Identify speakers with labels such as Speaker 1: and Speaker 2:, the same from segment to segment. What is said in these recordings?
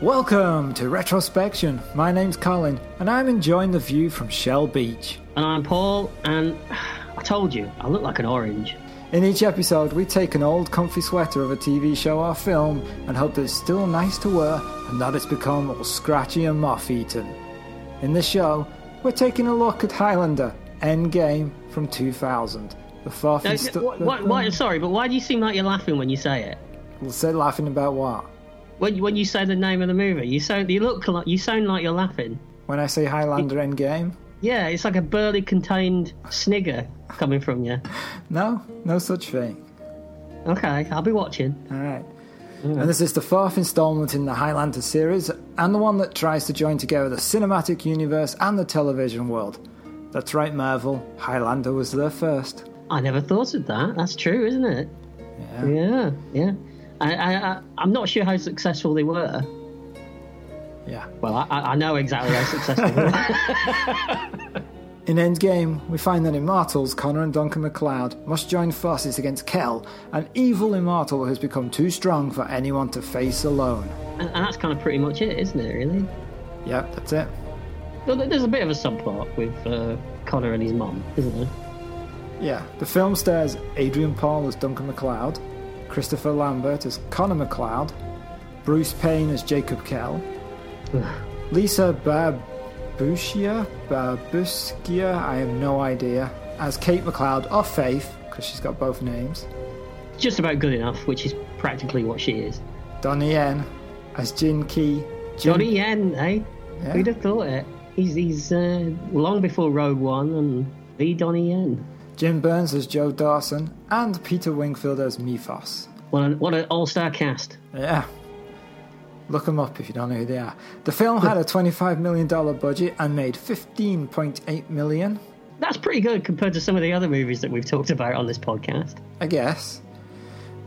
Speaker 1: Welcome to Retrospection. My name's Colin, and I'm enjoying the view from Shell Beach.
Speaker 2: And I'm Paul, and I told you, I look like an orange.
Speaker 1: In each episode, we take an old comfy sweater of a TV show or film and hope that it's still nice to wear and that it's become all scratchy and moth eaten. In the show, we're taking a look at Highlander Endgame from 2000. The fourth
Speaker 2: No,
Speaker 1: insta-
Speaker 2: what, what, what- sorry, but why do you seem like you're laughing when you say it?
Speaker 1: Well, said laughing about what?
Speaker 2: When, when you say the name of the movie, you sound you look like you sound like you're laughing.
Speaker 1: When I say Highlander Endgame?
Speaker 2: Yeah, it's like a burly contained snigger coming from you.
Speaker 1: No, no such thing.
Speaker 2: Okay, I'll be watching.
Speaker 1: All right. And this is the fourth installment in the Highlander series, and the one that tries to join together the cinematic universe and the television world. That's right, Marvel. Highlander was there first.
Speaker 2: I never thought of that. That's true, isn't it?
Speaker 1: Yeah.
Speaker 2: Yeah, yeah. I, I, I, I'm not sure how successful they were.
Speaker 1: Yeah.
Speaker 2: Well, I, I I know exactly how successful they were.
Speaker 1: In Endgame, we find that Immortals Connor and Duncan MacLeod must join forces against Kel, an evil immortal who has become too strong for anyone to face alone.
Speaker 2: And, and that's kind of pretty much it, isn't it, really?
Speaker 1: Yep, that's it.
Speaker 2: Well, there- There's a bit of a subplot with uh, Connor and his mum, isn't there?
Speaker 1: Yeah, the film stars Adrian Paul as Duncan MacLeod, Christopher Lambert as Connor MacLeod, Bruce Payne as Jacob Kell, Lisa Barbushia, Barbuskia, I have no idea, as Kate MacLeod or Faith, because she's got both names,
Speaker 2: Just about good enough, which is practically what she is.
Speaker 1: Donnie Yen as Jin Key, Jin-
Speaker 2: Johnny Yen, eh?
Speaker 1: Yeah.
Speaker 2: Who'd have thought it? He's, he's uh, long before Rogue One and the Donnie Yen.
Speaker 1: Jim Burns as Joe Dawson, and Peter Wingfield as Mephos.
Speaker 2: What an, what an all star cast.
Speaker 1: Yeah. Look them up if you don't know who they are. The film had a $25 million budget and made $15.8 million,
Speaker 2: That's pretty good compared to some of the other movies that we've talked about on this podcast.
Speaker 1: I guess.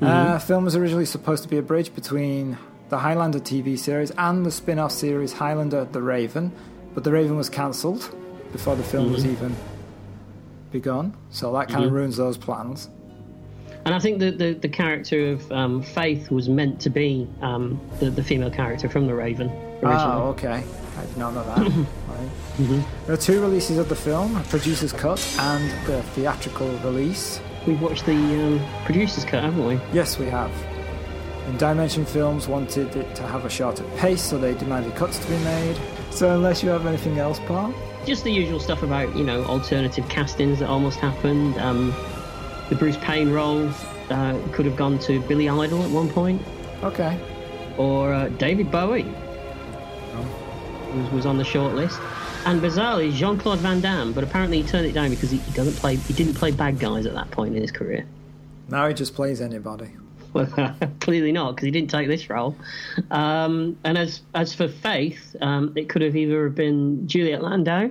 Speaker 1: Uh, film was originally supposed to be a bridge between the Highlander TV series and the spin off series Highlander The Raven, but The Raven was cancelled before the film was even begun, so that kind of ruins those plans.
Speaker 2: And I think that the, the character of um, Faith was meant to be um, the, the female character from The Raven originally.
Speaker 1: Oh, okay. I did not know that. Right. There are two releases of the film a producer's cut and the theatrical release.
Speaker 2: We've watched the um, producer's cut, haven't we?
Speaker 1: Yes, we have. And Dimension Films wanted it to have a shorter pace, so they demanded cuts to be made. So, unless you have anything else, Paul?
Speaker 2: Just the usual stuff about, you know, alternative castings that almost happened. Um, the Bruce Payne role uh, could have gone to Billy Idol at one point,
Speaker 1: Okay.
Speaker 2: or uh, David Bowie was, was on the short list. And bizarrely, Jean Claude Van Damme, but apparently he turned it down because he, he doesn't play. He didn't play bad guys at that point in his career.
Speaker 1: Now he just plays anybody.
Speaker 2: Well, clearly not, because he didn't take this role. Um, and as as for Faith, um, it could have either been Juliet Landau,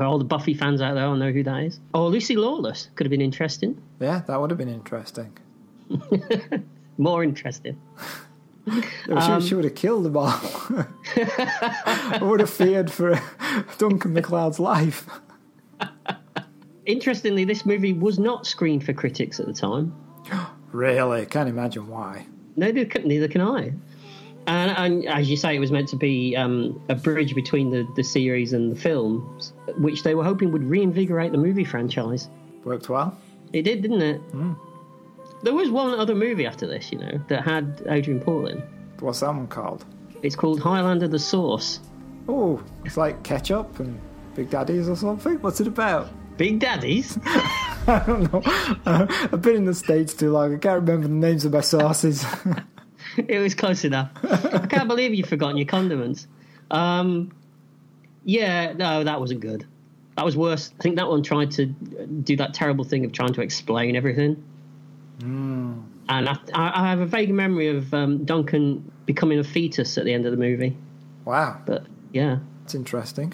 Speaker 2: all the Buffy fans out there will know who that is, or Lucy Lawless. Could have been interesting,
Speaker 1: Yeah, that would have been interesting.
Speaker 2: more interesting.
Speaker 1: she, she would have killed them all. I would have feared for Duncan MacLeod's life.
Speaker 2: Interestingly, this movie was not screened for critics at the time.
Speaker 1: Really? Can't imagine why.
Speaker 2: Neither can, neither can I. And, and as you say, it was meant to be um, a bridge between the, the series and the films, which they were hoping would reinvigorate the movie franchise.
Speaker 1: Worked well?
Speaker 2: It did, didn't it? There was one other movie after this, you know, that had Adrian Paul in.
Speaker 1: What's that one called?
Speaker 2: It's called Highlander the Source.
Speaker 1: Oh, it's like ketchup and Big Daddies or something. What's it about?
Speaker 2: Big Daddies?
Speaker 1: I don't know. I've been in the States too long. I can't remember the names of my sauces.
Speaker 2: it was close enough. I can't believe you've forgotten your condiments. Um, yeah, no, that wasn't good. That was worse. I think that one tried to do that terrible thing of trying to explain everything. And I, I I have a vague memory of um, Duncan becoming a fetus at the end of the movie.
Speaker 1: wow,
Speaker 2: But yeah,
Speaker 1: that's interesting.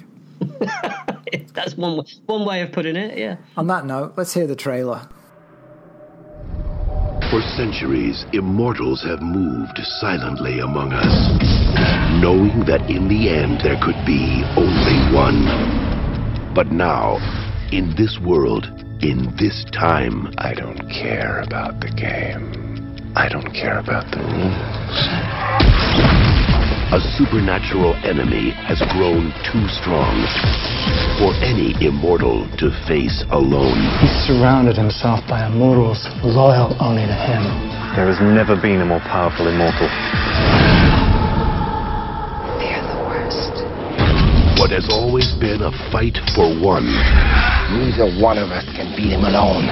Speaker 2: that's one, one way of putting it, yeah.
Speaker 1: On that note, let's hear the trailer.
Speaker 3: For centuries, immortals have moved silently among us, knowing that in the end there could be only one. But now, in this world, in this time,
Speaker 4: I don't care about the game. I don't care about the rules.
Speaker 3: A supernatural enemy has grown too strong for any immortal to face alone.
Speaker 5: He surrounded himself by immortals loyal only to him.
Speaker 6: There has never been a more powerful immortal.
Speaker 7: They're the worst.
Speaker 3: What has always been a fight for one.
Speaker 8: Neither one of us can beat him alone.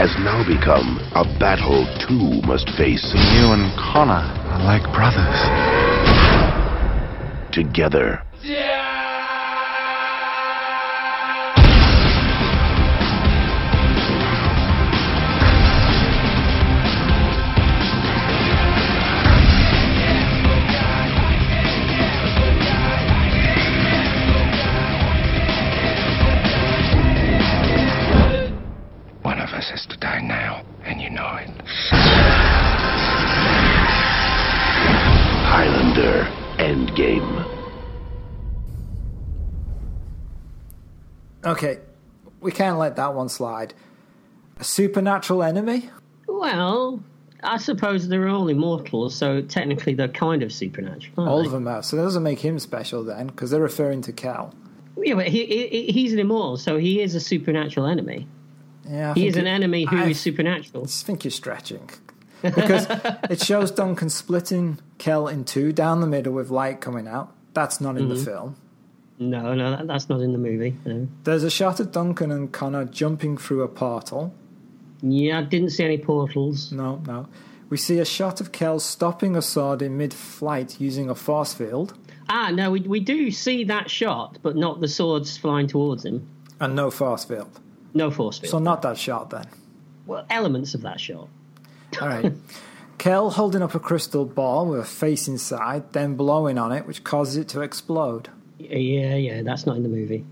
Speaker 3: Has now become a battle two must face.
Speaker 6: You and Connor are like brothers
Speaker 3: together. Yeah!
Speaker 4: One of us has to die now, and you know it.
Speaker 3: Highlander Endgame.
Speaker 1: Okay, we can't let that one slide. A supernatural enemy?
Speaker 2: Well, I suppose they're all immortal, so technically they're kind of supernatural.
Speaker 1: All
Speaker 2: they?
Speaker 1: of them are. So that doesn't make him special then, because they're referring to Cal.
Speaker 2: Yeah, but he, he he's an immortal, so he is a supernatural enemy.
Speaker 1: Yeah, I
Speaker 2: He
Speaker 1: think
Speaker 2: is an
Speaker 1: it-
Speaker 2: enemy who is
Speaker 1: I
Speaker 2: supernatural.
Speaker 1: just think you're stretching. Because it shows Duncan splitting Kel in two down the middle with light coming out. That's not in
Speaker 2: Mm-hmm.
Speaker 1: the film.
Speaker 2: No, no, that, that's not in the movie. No.
Speaker 1: There's a shot of Duncan and Connor jumping through a portal.
Speaker 2: Yeah, I didn't see any portals.
Speaker 1: No, no. We see a shot of Kel stopping a sword in mid flight using a force field.
Speaker 2: Ah, no, we we do see that shot, but not the swords flying towards him.
Speaker 1: And no force field.
Speaker 2: No force field.
Speaker 1: So not that shot then.
Speaker 2: well, elements of that shot.
Speaker 1: All right. Kel holding up a crystal ball with a face inside, then blowing on it, which causes it to explode.
Speaker 2: Yeah, yeah, that's not in the movie.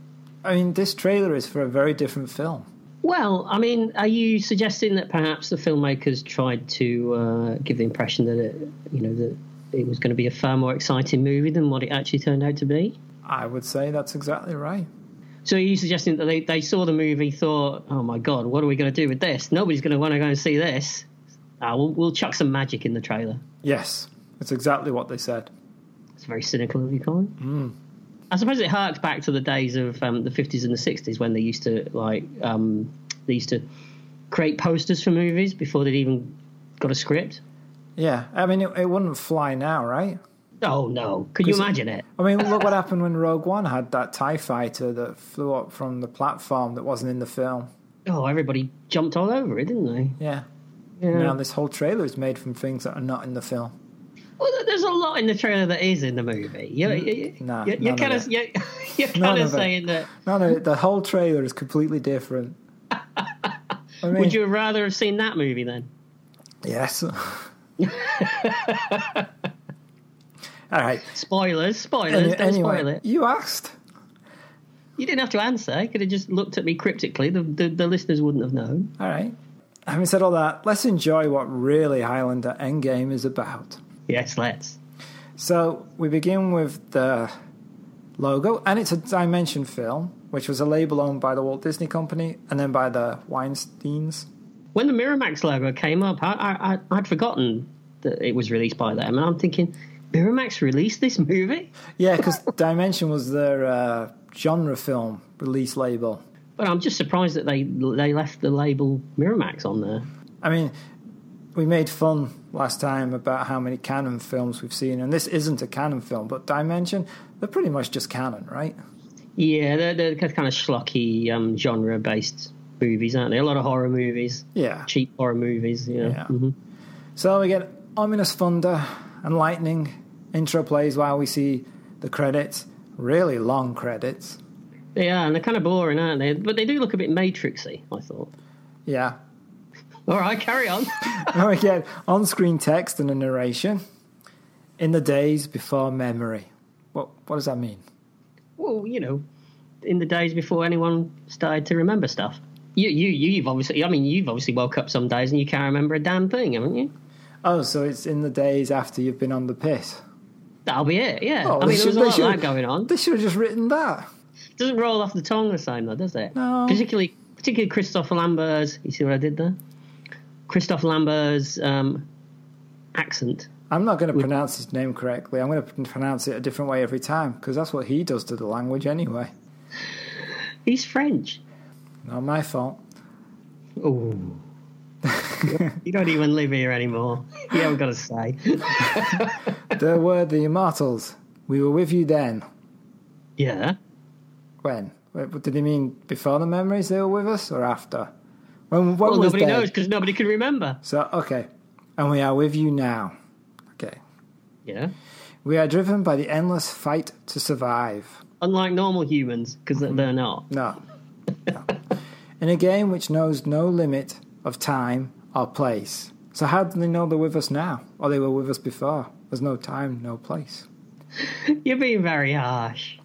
Speaker 1: I mean, this trailer is for a very different film.
Speaker 2: Well, I mean, are you suggesting that perhaps the filmmakers tried to uh, give the impression that it, you know that it was going to be a far more exciting movie than what it actually turned out to be?
Speaker 1: I would say that's exactly right.
Speaker 2: So are you suggesting that they, they saw the movie, thought, "Oh my god, what are we going to do with this? Nobody's going to want to go and see this." Ah, we'll, we'll chuck some magic in the trailer.
Speaker 1: Yes, it's exactly what they said.
Speaker 2: It's very cynical of you, Colin. I suppose it harks back to the days of um, the fifties and the sixties when they used to like um, they used to create posters for movies before they'd even got a script.
Speaker 1: Yeah, I mean, it, it wouldn't fly now, right?
Speaker 2: Oh no! Could you imagine it?
Speaker 1: I mean, look what happened when Rogue One had that TIE fighter that flew up from the platform that wasn't in the film.
Speaker 2: Oh, everybody jumped all over it, didn't they?
Speaker 1: Yeah.
Speaker 2: Yeah.
Speaker 1: Now, this whole trailer is made from things that are not in the film.
Speaker 2: Well, th- there's a lot in the trailer that is in the movie. You, you,
Speaker 1: nah,
Speaker 2: you,
Speaker 1: none
Speaker 2: you're
Speaker 1: of
Speaker 2: kind
Speaker 1: it.
Speaker 2: of you're, you're
Speaker 1: None
Speaker 2: kind
Speaker 1: of
Speaker 2: of
Speaker 1: it.
Speaker 2: saying that.
Speaker 1: No, no, the whole trailer is completely different. I mean,
Speaker 2: Would you rather have seen that movie then?
Speaker 1: Yes. All right.
Speaker 2: Spoilers, spoilers.
Speaker 1: Any-
Speaker 2: don't spoil
Speaker 1: anyway,
Speaker 2: it.
Speaker 1: you asked.
Speaker 2: You didn't have to answer. You could have just looked at me cryptically. The, the, the listeners wouldn't have known.
Speaker 1: All right. Having said all that, let's enjoy what really Highlander Endgame is about.
Speaker 2: Yes, let's.
Speaker 1: So we begin with the logo, and it's a Dimension film, which was a label owned by the Walt Disney Company and then by the Weinsteins.
Speaker 2: When the Miramax logo came up, I, I, I, I'd forgotten that it was released by them, and I'm thinking, Miramax released this movie.
Speaker 1: Yeah, because Dimension was their uh, genre film release label.
Speaker 2: But I'm just surprised that they they left the label Miramax on there.
Speaker 1: I mean, we made fun last time about how many canon films we've seen, and this isn't a canon film, but Dimension, they're pretty much just canon, right?
Speaker 2: Yeah, they're, they're kind of schlocky um, genre based movies, aren't they? A lot of horror movies,
Speaker 1: Yeah.
Speaker 2: cheap horror movies. You know?
Speaker 1: Yeah. So we get ominous thunder and lightning. Intro plays while we see the credits, really long credits.
Speaker 2: They are, and they're kind of boring, aren't they? But they do look a bit Matrixy. I thought.
Speaker 1: Yeah.
Speaker 2: All right, carry on.
Speaker 1: And we get on screen text and a narration. In the days before memory. What, what does that mean?
Speaker 2: well, you know, in the days before anyone started to remember stuff. You, you, you've obviously. I mean, you've obviously woke up some days and you can't remember a damn thing, haven't you?
Speaker 1: Oh, so it's in the days after you've been on the piss.
Speaker 2: That'll be it. Yeah.
Speaker 1: Oh,
Speaker 2: I
Speaker 1: they
Speaker 2: mean, there
Speaker 1: should-
Speaker 2: was a
Speaker 1: they
Speaker 2: lot of
Speaker 1: should-
Speaker 2: that going on.
Speaker 1: They should have just written that.
Speaker 2: doesn't roll off the tongue the same though, does it?
Speaker 1: No.
Speaker 2: Particularly, particularly Christophe Lambert's. You see what I did there? Christophe Lambert's um, accent.
Speaker 1: I'm not going to pronounce his name correctly. I'm going to pronounce it a different way every time because that's what he does to the language anyway.
Speaker 2: He's French.
Speaker 1: Not my fault.
Speaker 2: Oh. you don't even live here anymore. You haven't got to say.
Speaker 1: there were the immortals. We were with you then.
Speaker 2: Yeah.
Speaker 1: When? Wait, Did he mean before the memories they were with us or after? When, when
Speaker 2: Well,
Speaker 1: was
Speaker 2: nobody
Speaker 1: they?
Speaker 2: knows because nobody can remember.
Speaker 1: So, okay. And we are with you now. Okay.
Speaker 2: Yeah.
Speaker 1: We are driven by the endless fight to survive.
Speaker 2: Unlike normal humans, because they're not.
Speaker 1: No. No. In a game which knows no limit of time or place. So how do they know they're with us now? Or they were with us before? There's no time, no place.
Speaker 2: You're being very harsh.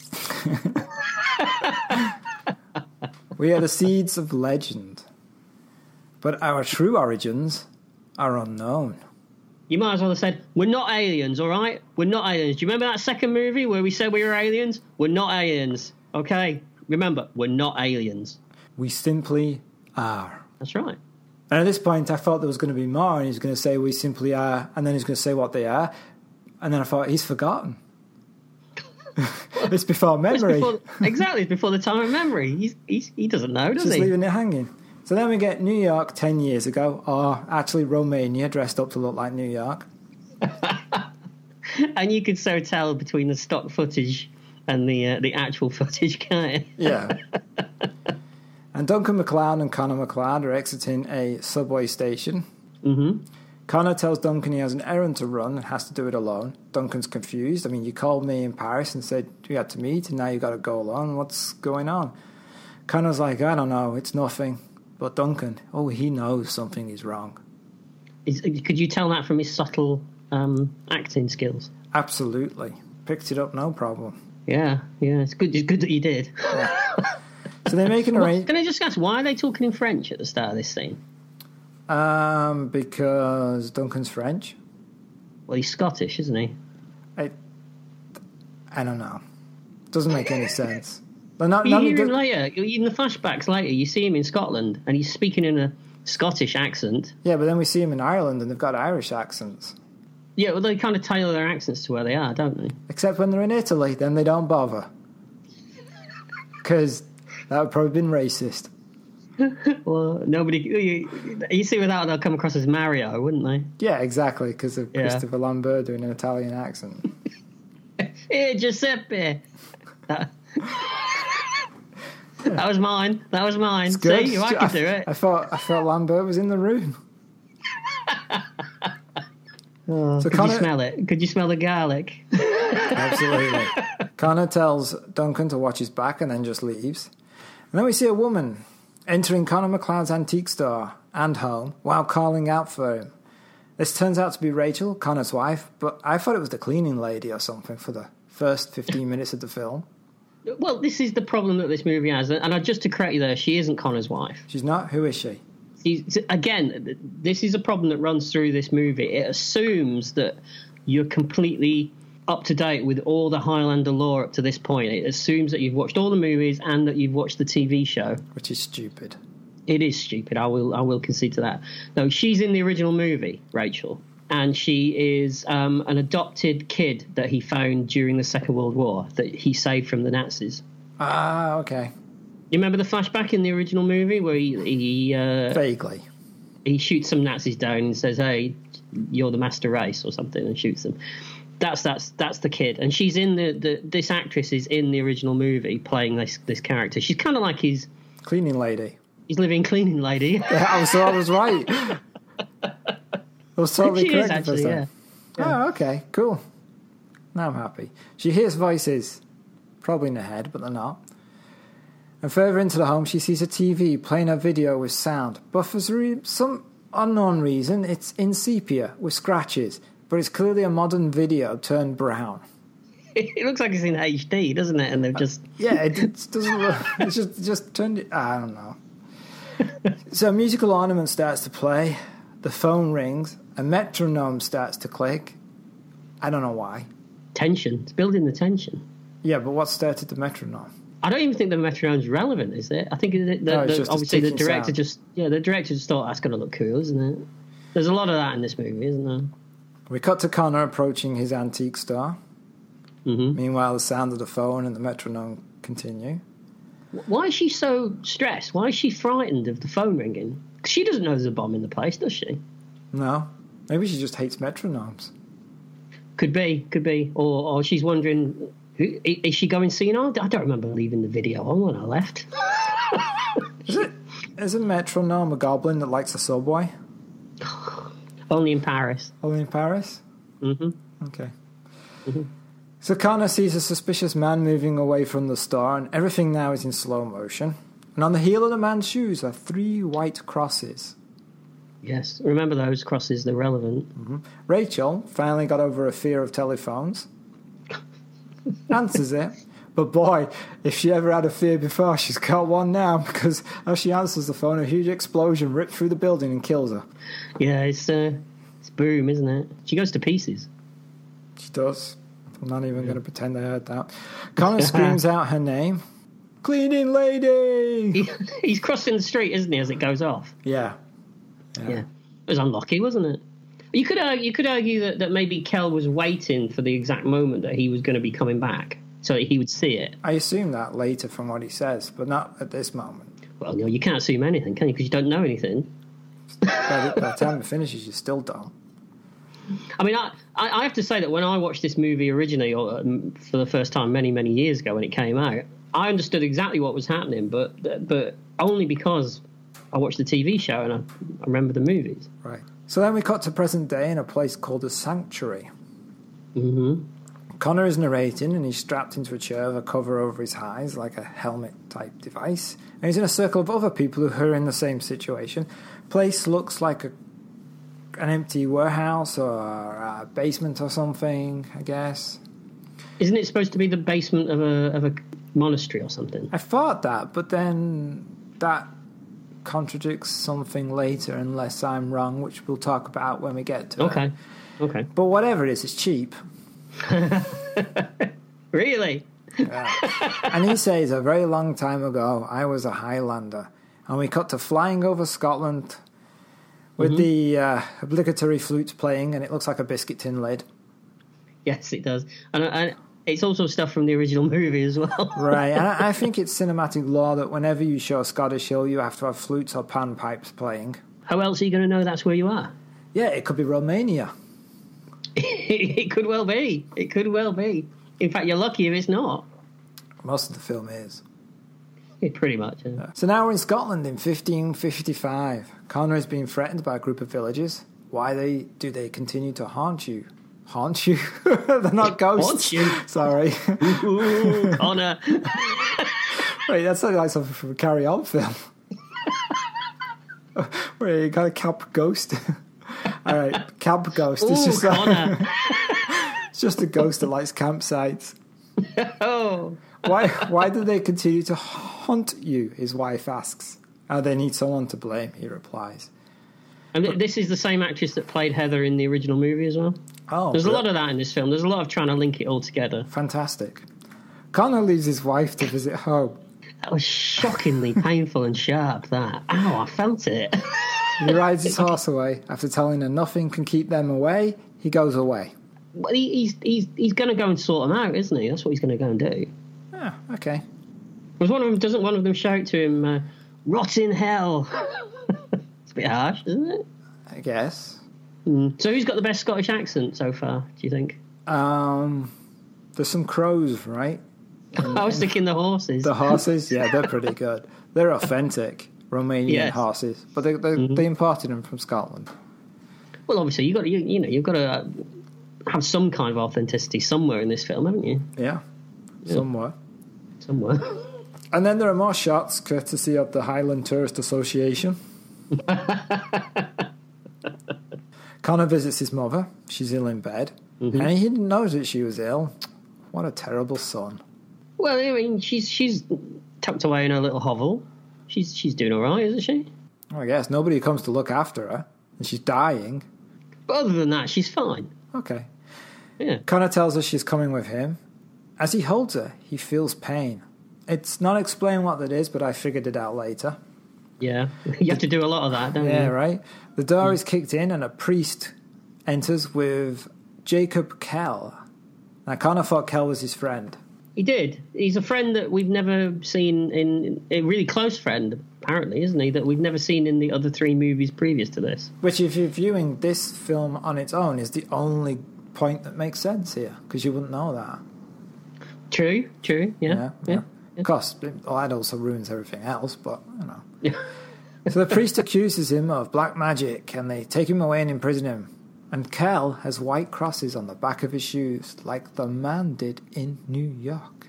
Speaker 1: We are the seeds of legend. But our true origins are unknown.
Speaker 2: You might as well have said, We're not aliens, all right? We're not aliens. Do you remember that second movie where we said we were aliens? We're not aliens. Okay. Remember, we're not aliens.
Speaker 1: We simply are.
Speaker 2: That's right.
Speaker 1: And at this point, I thought there was going to be more, and he's going to say we simply are, and then he's going to say what they are, and then I thought he's forgotten. it's before
Speaker 2: It's
Speaker 1: memory.
Speaker 2: before- exactly. It's before the time of memory. He's, he's, he doesn't know, does
Speaker 1: Just
Speaker 2: he?
Speaker 1: leaving it hanging. So then we get New York 10 years ago, or actually Romania dressed up to look like New York.
Speaker 2: And you could so tell between the stock footage and the uh, the actual footage, can't you?
Speaker 1: Yeah. and Duncan McLeod and Connor McLeod are exiting a subway station. Mm-hmm. Connor tells Duncan he has an errand to run and has to do it alone. Duncan's confused. I mean, you called me in Paris and said we had to meet, and now you got to go alone. What's going on? Connor's like, I don't know, it's nothing. But Duncan, oh, he knows something is wrong.
Speaker 2: Is, could you tell that from his subtle um, acting skills?
Speaker 1: Absolutely. Picked it up, no problem.
Speaker 2: Yeah, yeah. It's good. It's good that you did.
Speaker 1: So they make an arrangement.
Speaker 2: Can I just ask why are they talking in French at the start of this scene?
Speaker 1: Um, because Duncan's French.
Speaker 2: Well, he's Scottish, isn't he?
Speaker 1: I, I don't know. Doesn't make any sense. But not,
Speaker 2: You
Speaker 1: not
Speaker 2: hear him later in the flashbacks. Later, you see him in Scotland, and he's speaking in a Scottish accent.
Speaker 1: yeah, but then we see him in Ireland and they've got Irish accents.
Speaker 2: Yeah, well, they kind of tailor their accents to where they are, don't they?
Speaker 1: Except when they're in Italy, then they don't bother. Because that would probably been racist.
Speaker 2: Well, nobody. You, you see, without they'll come across as Mario, wouldn't they?
Speaker 1: Yeah, exactly, because of
Speaker 2: Yeah.
Speaker 1: Christopher Lambert doing an Italian accent.
Speaker 2: Hey, Giuseppe. That, that was mine. That was mine.
Speaker 1: Good.
Speaker 2: See, you, I
Speaker 1: I,
Speaker 2: can do it.
Speaker 1: I thought I thought Lambert was in the room. so
Speaker 2: Could you smell it? Could you smell the garlic?
Speaker 1: Absolutely. Connor tells Duncan to watch his back and then just leaves. And then we see a woman entering Connor McLeod's antique store and home while calling out for him. This turns out to be Rachel, Connor's wife, but I thought it was the cleaning lady or something for the first 15 minutes of the film.
Speaker 2: Well, this is the problem that this movie has, and I just to correct you there, she isn't Connor's wife.
Speaker 1: She's not? Who is she?
Speaker 2: He's, again, th- this is a problem that runs through this movie. It assumes that you're completely up to date with all the Highlander lore up to this point. It assumes that you've watched all the movies and that you've watched the TV show.
Speaker 1: Which is stupid.
Speaker 2: It is stupid. I will. I will concede to that. No, she's in the original movie, Rachel, and she is um, an adopted kid that he found during the Second World War that he saved from the Nazis.
Speaker 1: Ah, okay.
Speaker 2: You remember the flashback in the original movie where he he, uh,
Speaker 1: Vaguely.
Speaker 2: he shoots some Nazis down and says, "Hey, you're the master race" or something, and shoots them. That's that's that's the kid, and she's in the, the this actress is in the original movie playing this this character. She's kind of like his
Speaker 1: Cleaning lady.
Speaker 2: his living cleaning lady.
Speaker 1: I was, I was right. I was totally
Speaker 2: she
Speaker 1: correct
Speaker 2: is
Speaker 1: the first
Speaker 2: actually,
Speaker 1: time.
Speaker 2: yeah.
Speaker 1: Oh, okay, cool. Now I'm happy. She hears voices, probably in her head, but they're not. And further into the home, she sees a TV playing a video with sound, but for re- some unknown reason, it's in sepia with scratches, but it's clearly a modern video turned brown.
Speaker 2: it looks like it's in HD, doesn't it? And they've just
Speaker 1: Yeah, it, it doesn't look. It's just, just turned it. I don't know. So musical ornament starts to play, the phone rings, a metronome starts to click. I don't know why.
Speaker 2: Tension. It's building the tension.
Speaker 1: Yeah, but what started the metronome?
Speaker 2: I don't even think the metronome's relevant, is it? I think the, the,
Speaker 1: No, it's
Speaker 2: the-
Speaker 1: just a
Speaker 2: obviously the
Speaker 1: ticking
Speaker 2: director
Speaker 1: sound.
Speaker 2: just yeah the director just thought that's going to look cool, isn't it? There's a lot of that in this movie, isn't there?
Speaker 1: We cut to Connor approaching his antique store.
Speaker 2: Mhm.
Speaker 1: Meanwhile, the sound of the phone and the metronome continue.
Speaker 2: Why is she so stressed? Why is she frightened of the phone ringing? 'Cause she doesn't know there's a bomb in the place, does she?
Speaker 1: No, maybe she just hates metronomes.
Speaker 2: Could be, could be, or or she's wondering. Who, i- is she going senile? I don't remember leaving the video on when I left.
Speaker 1: Is it? Is a metronome a goblin that likes a subway?
Speaker 2: Only in Paris.
Speaker 1: Only in Paris? Mm-hmm. Okay. So Connor sees a suspicious man moving away from the store, and everything now is in slow motion. And on the heel of the man's shoes are three white crosses.
Speaker 2: Yes, remember those crosses? They're relevant.
Speaker 1: Rachel finally got over a fear of telephones, answers it. But boy, if she ever had a fear before, she's got one now because as she answers the phone, a huge explosion ripped through the building and kills her.
Speaker 2: Yeah, it's uh, it's boom, isn't it? She goes to pieces.
Speaker 1: She does. I'm not even going to pretend I heard that. Connor screams out her name. Cleaning lady!
Speaker 2: He, he's crossing the street, isn't he, as it goes off?
Speaker 1: Yeah.
Speaker 2: Yeah. It was unlucky, wasn't it? You could argue, you could argue that, that maybe Kel was waiting for the exact moment that he was going to be coming back so that he would see it.
Speaker 1: I assume that later from what he says, but not at this moment.
Speaker 2: Well, you know, you can't assume anything, can you? Because you don't know anything.
Speaker 1: By the, by the time it finishes, you still don't.
Speaker 2: I mean, I, I I have to say that when I watched this movie originally or, um, for the first time many, many years ago when it came out, I understood exactly what was happening, but but only because I watched the TV show and I, I remember the movies.
Speaker 1: Right. So then we cut to present day in a place called the Sanctuary.
Speaker 2: hmm
Speaker 1: Connor is narrating and he's strapped into a chair with a cover over his eyes, like a helmet type device. And he's in a circle of other people who are in the same situation. Place looks like a, an empty warehouse or a basement or something, I guess.
Speaker 2: Isn't it supposed to be the basement of a of a monastery or something?
Speaker 1: I thought that, but then that contradicts something later, unless I'm wrong, which we'll talk about when we get to it.
Speaker 2: Okay, okay.
Speaker 1: But whatever it is, it's cheap.
Speaker 2: Really?
Speaker 1: And he says, a very long time ago, I was a Highlander. And we cut to flying over Scotland with
Speaker 2: Mm-hmm.
Speaker 1: the uh, obligatory flute playing, and it looks like a biscuit tin lid.
Speaker 2: Yes, it does. And, uh, and it's also stuff from the original movie as well.
Speaker 1: Right. and I, I think it's cinematic law that whenever you show a Scottish hill, you have to have flutes or panpipes playing.
Speaker 2: How else are you going to know that's where you are?
Speaker 1: Yeah, it could be Romania.
Speaker 2: it could well be. It could well be. In fact, you're lucky if it's not.
Speaker 1: Most of the film is.
Speaker 2: Yeah, pretty much. yeah.
Speaker 1: So now we're in Scotland in 1555. Connor is being threatened by a group of villagers. Why they do they continue to haunt you? Haunt you? They're not ghosts.
Speaker 2: Haunt you.
Speaker 1: Sorry.
Speaker 2: Ooh, Connor.
Speaker 1: Wait, that sounds like something from a Carry On film. Where you got a cab ghost. All right, cab ghost. It's
Speaker 2: Ooh,
Speaker 1: just a,
Speaker 2: Connor.
Speaker 1: it's just a ghost that likes campsites.
Speaker 2: oh.
Speaker 1: Why? Why do they continue to haunt you? His wife asks. Oh, they need someone to blame. He replies.
Speaker 2: And th- this is the same actress that played Heather in the original movie as well.
Speaker 1: Oh,
Speaker 2: There's a
Speaker 1: bri-
Speaker 2: lot of that in this film. There's a lot of trying to link it all together.
Speaker 1: fantastic. Connor leaves his wife to visit home.
Speaker 2: That was shockingly painful and sharp, that. Ow, I felt it.
Speaker 1: He rides his horse away after telling her nothing can keep them away. He goes away.
Speaker 2: Well, he, he's he's he's going to go and sort them out, isn't he? That's what he's going to go and do.
Speaker 1: Ah, okay.
Speaker 2: Was one of them doesn't one of them shout to him, uh, "Rot in hell"? it's a bit harsh, isn't it?
Speaker 1: I guess.
Speaker 2: So who's got the best Scottish accent so far? Do you think?
Speaker 1: Um, there's some crows, right?
Speaker 2: I was thinking the horses.
Speaker 1: The horses, yeah, they're pretty good. They're authentic Romanian
Speaker 2: Yes.
Speaker 1: horses, but they they, they imported them from Scotland.
Speaker 2: well, obviously you got to you, you know you've got to have some kind of authenticity somewhere in this film, haven't you?
Speaker 1: Yeah, somewhere.
Speaker 2: Somewhere.
Speaker 1: And then there are more shots courtesy of the Highland Tourist Association. Connor visits his mother. She's ill in bed, and he didn't know that she was ill. What a terrible son!
Speaker 2: well, I mean she's she's tucked away in her little hovel. She's she's doing all right, isn't she?
Speaker 1: I guess nobody comes to look after her, and she's dying.
Speaker 2: But other than that, she's fine.
Speaker 1: Okay.
Speaker 2: Yeah.
Speaker 1: Connor tells her she's coming with him. As he holds her, he feels pain. It's not explained what that is, but I figured it out later.
Speaker 2: Yeah. You have to do a lot of that, don't
Speaker 1: Yeah,
Speaker 2: you?
Speaker 1: right. The door is kicked in, and a priest enters with Jacob Kell. Now, Connor thought Kell was his friend.
Speaker 2: He did. He's a friend that we've never seen in a really close friend, apparently, isn't he? That we've never seen in the other three movies previous to this.
Speaker 1: Which, if you're viewing this film on its own, is the only point that makes sense here, because you wouldn't know that.
Speaker 2: True. True.
Speaker 1: Yeah,
Speaker 2: Yeah.
Speaker 1: yeah.
Speaker 2: Yeah.
Speaker 1: Of course, it- well, that also ruins everything else, but you know. so the priest accuses him of black magic and they take him away and imprison him. And Cal has white crosses on the back of his shoes, like the man did in New York.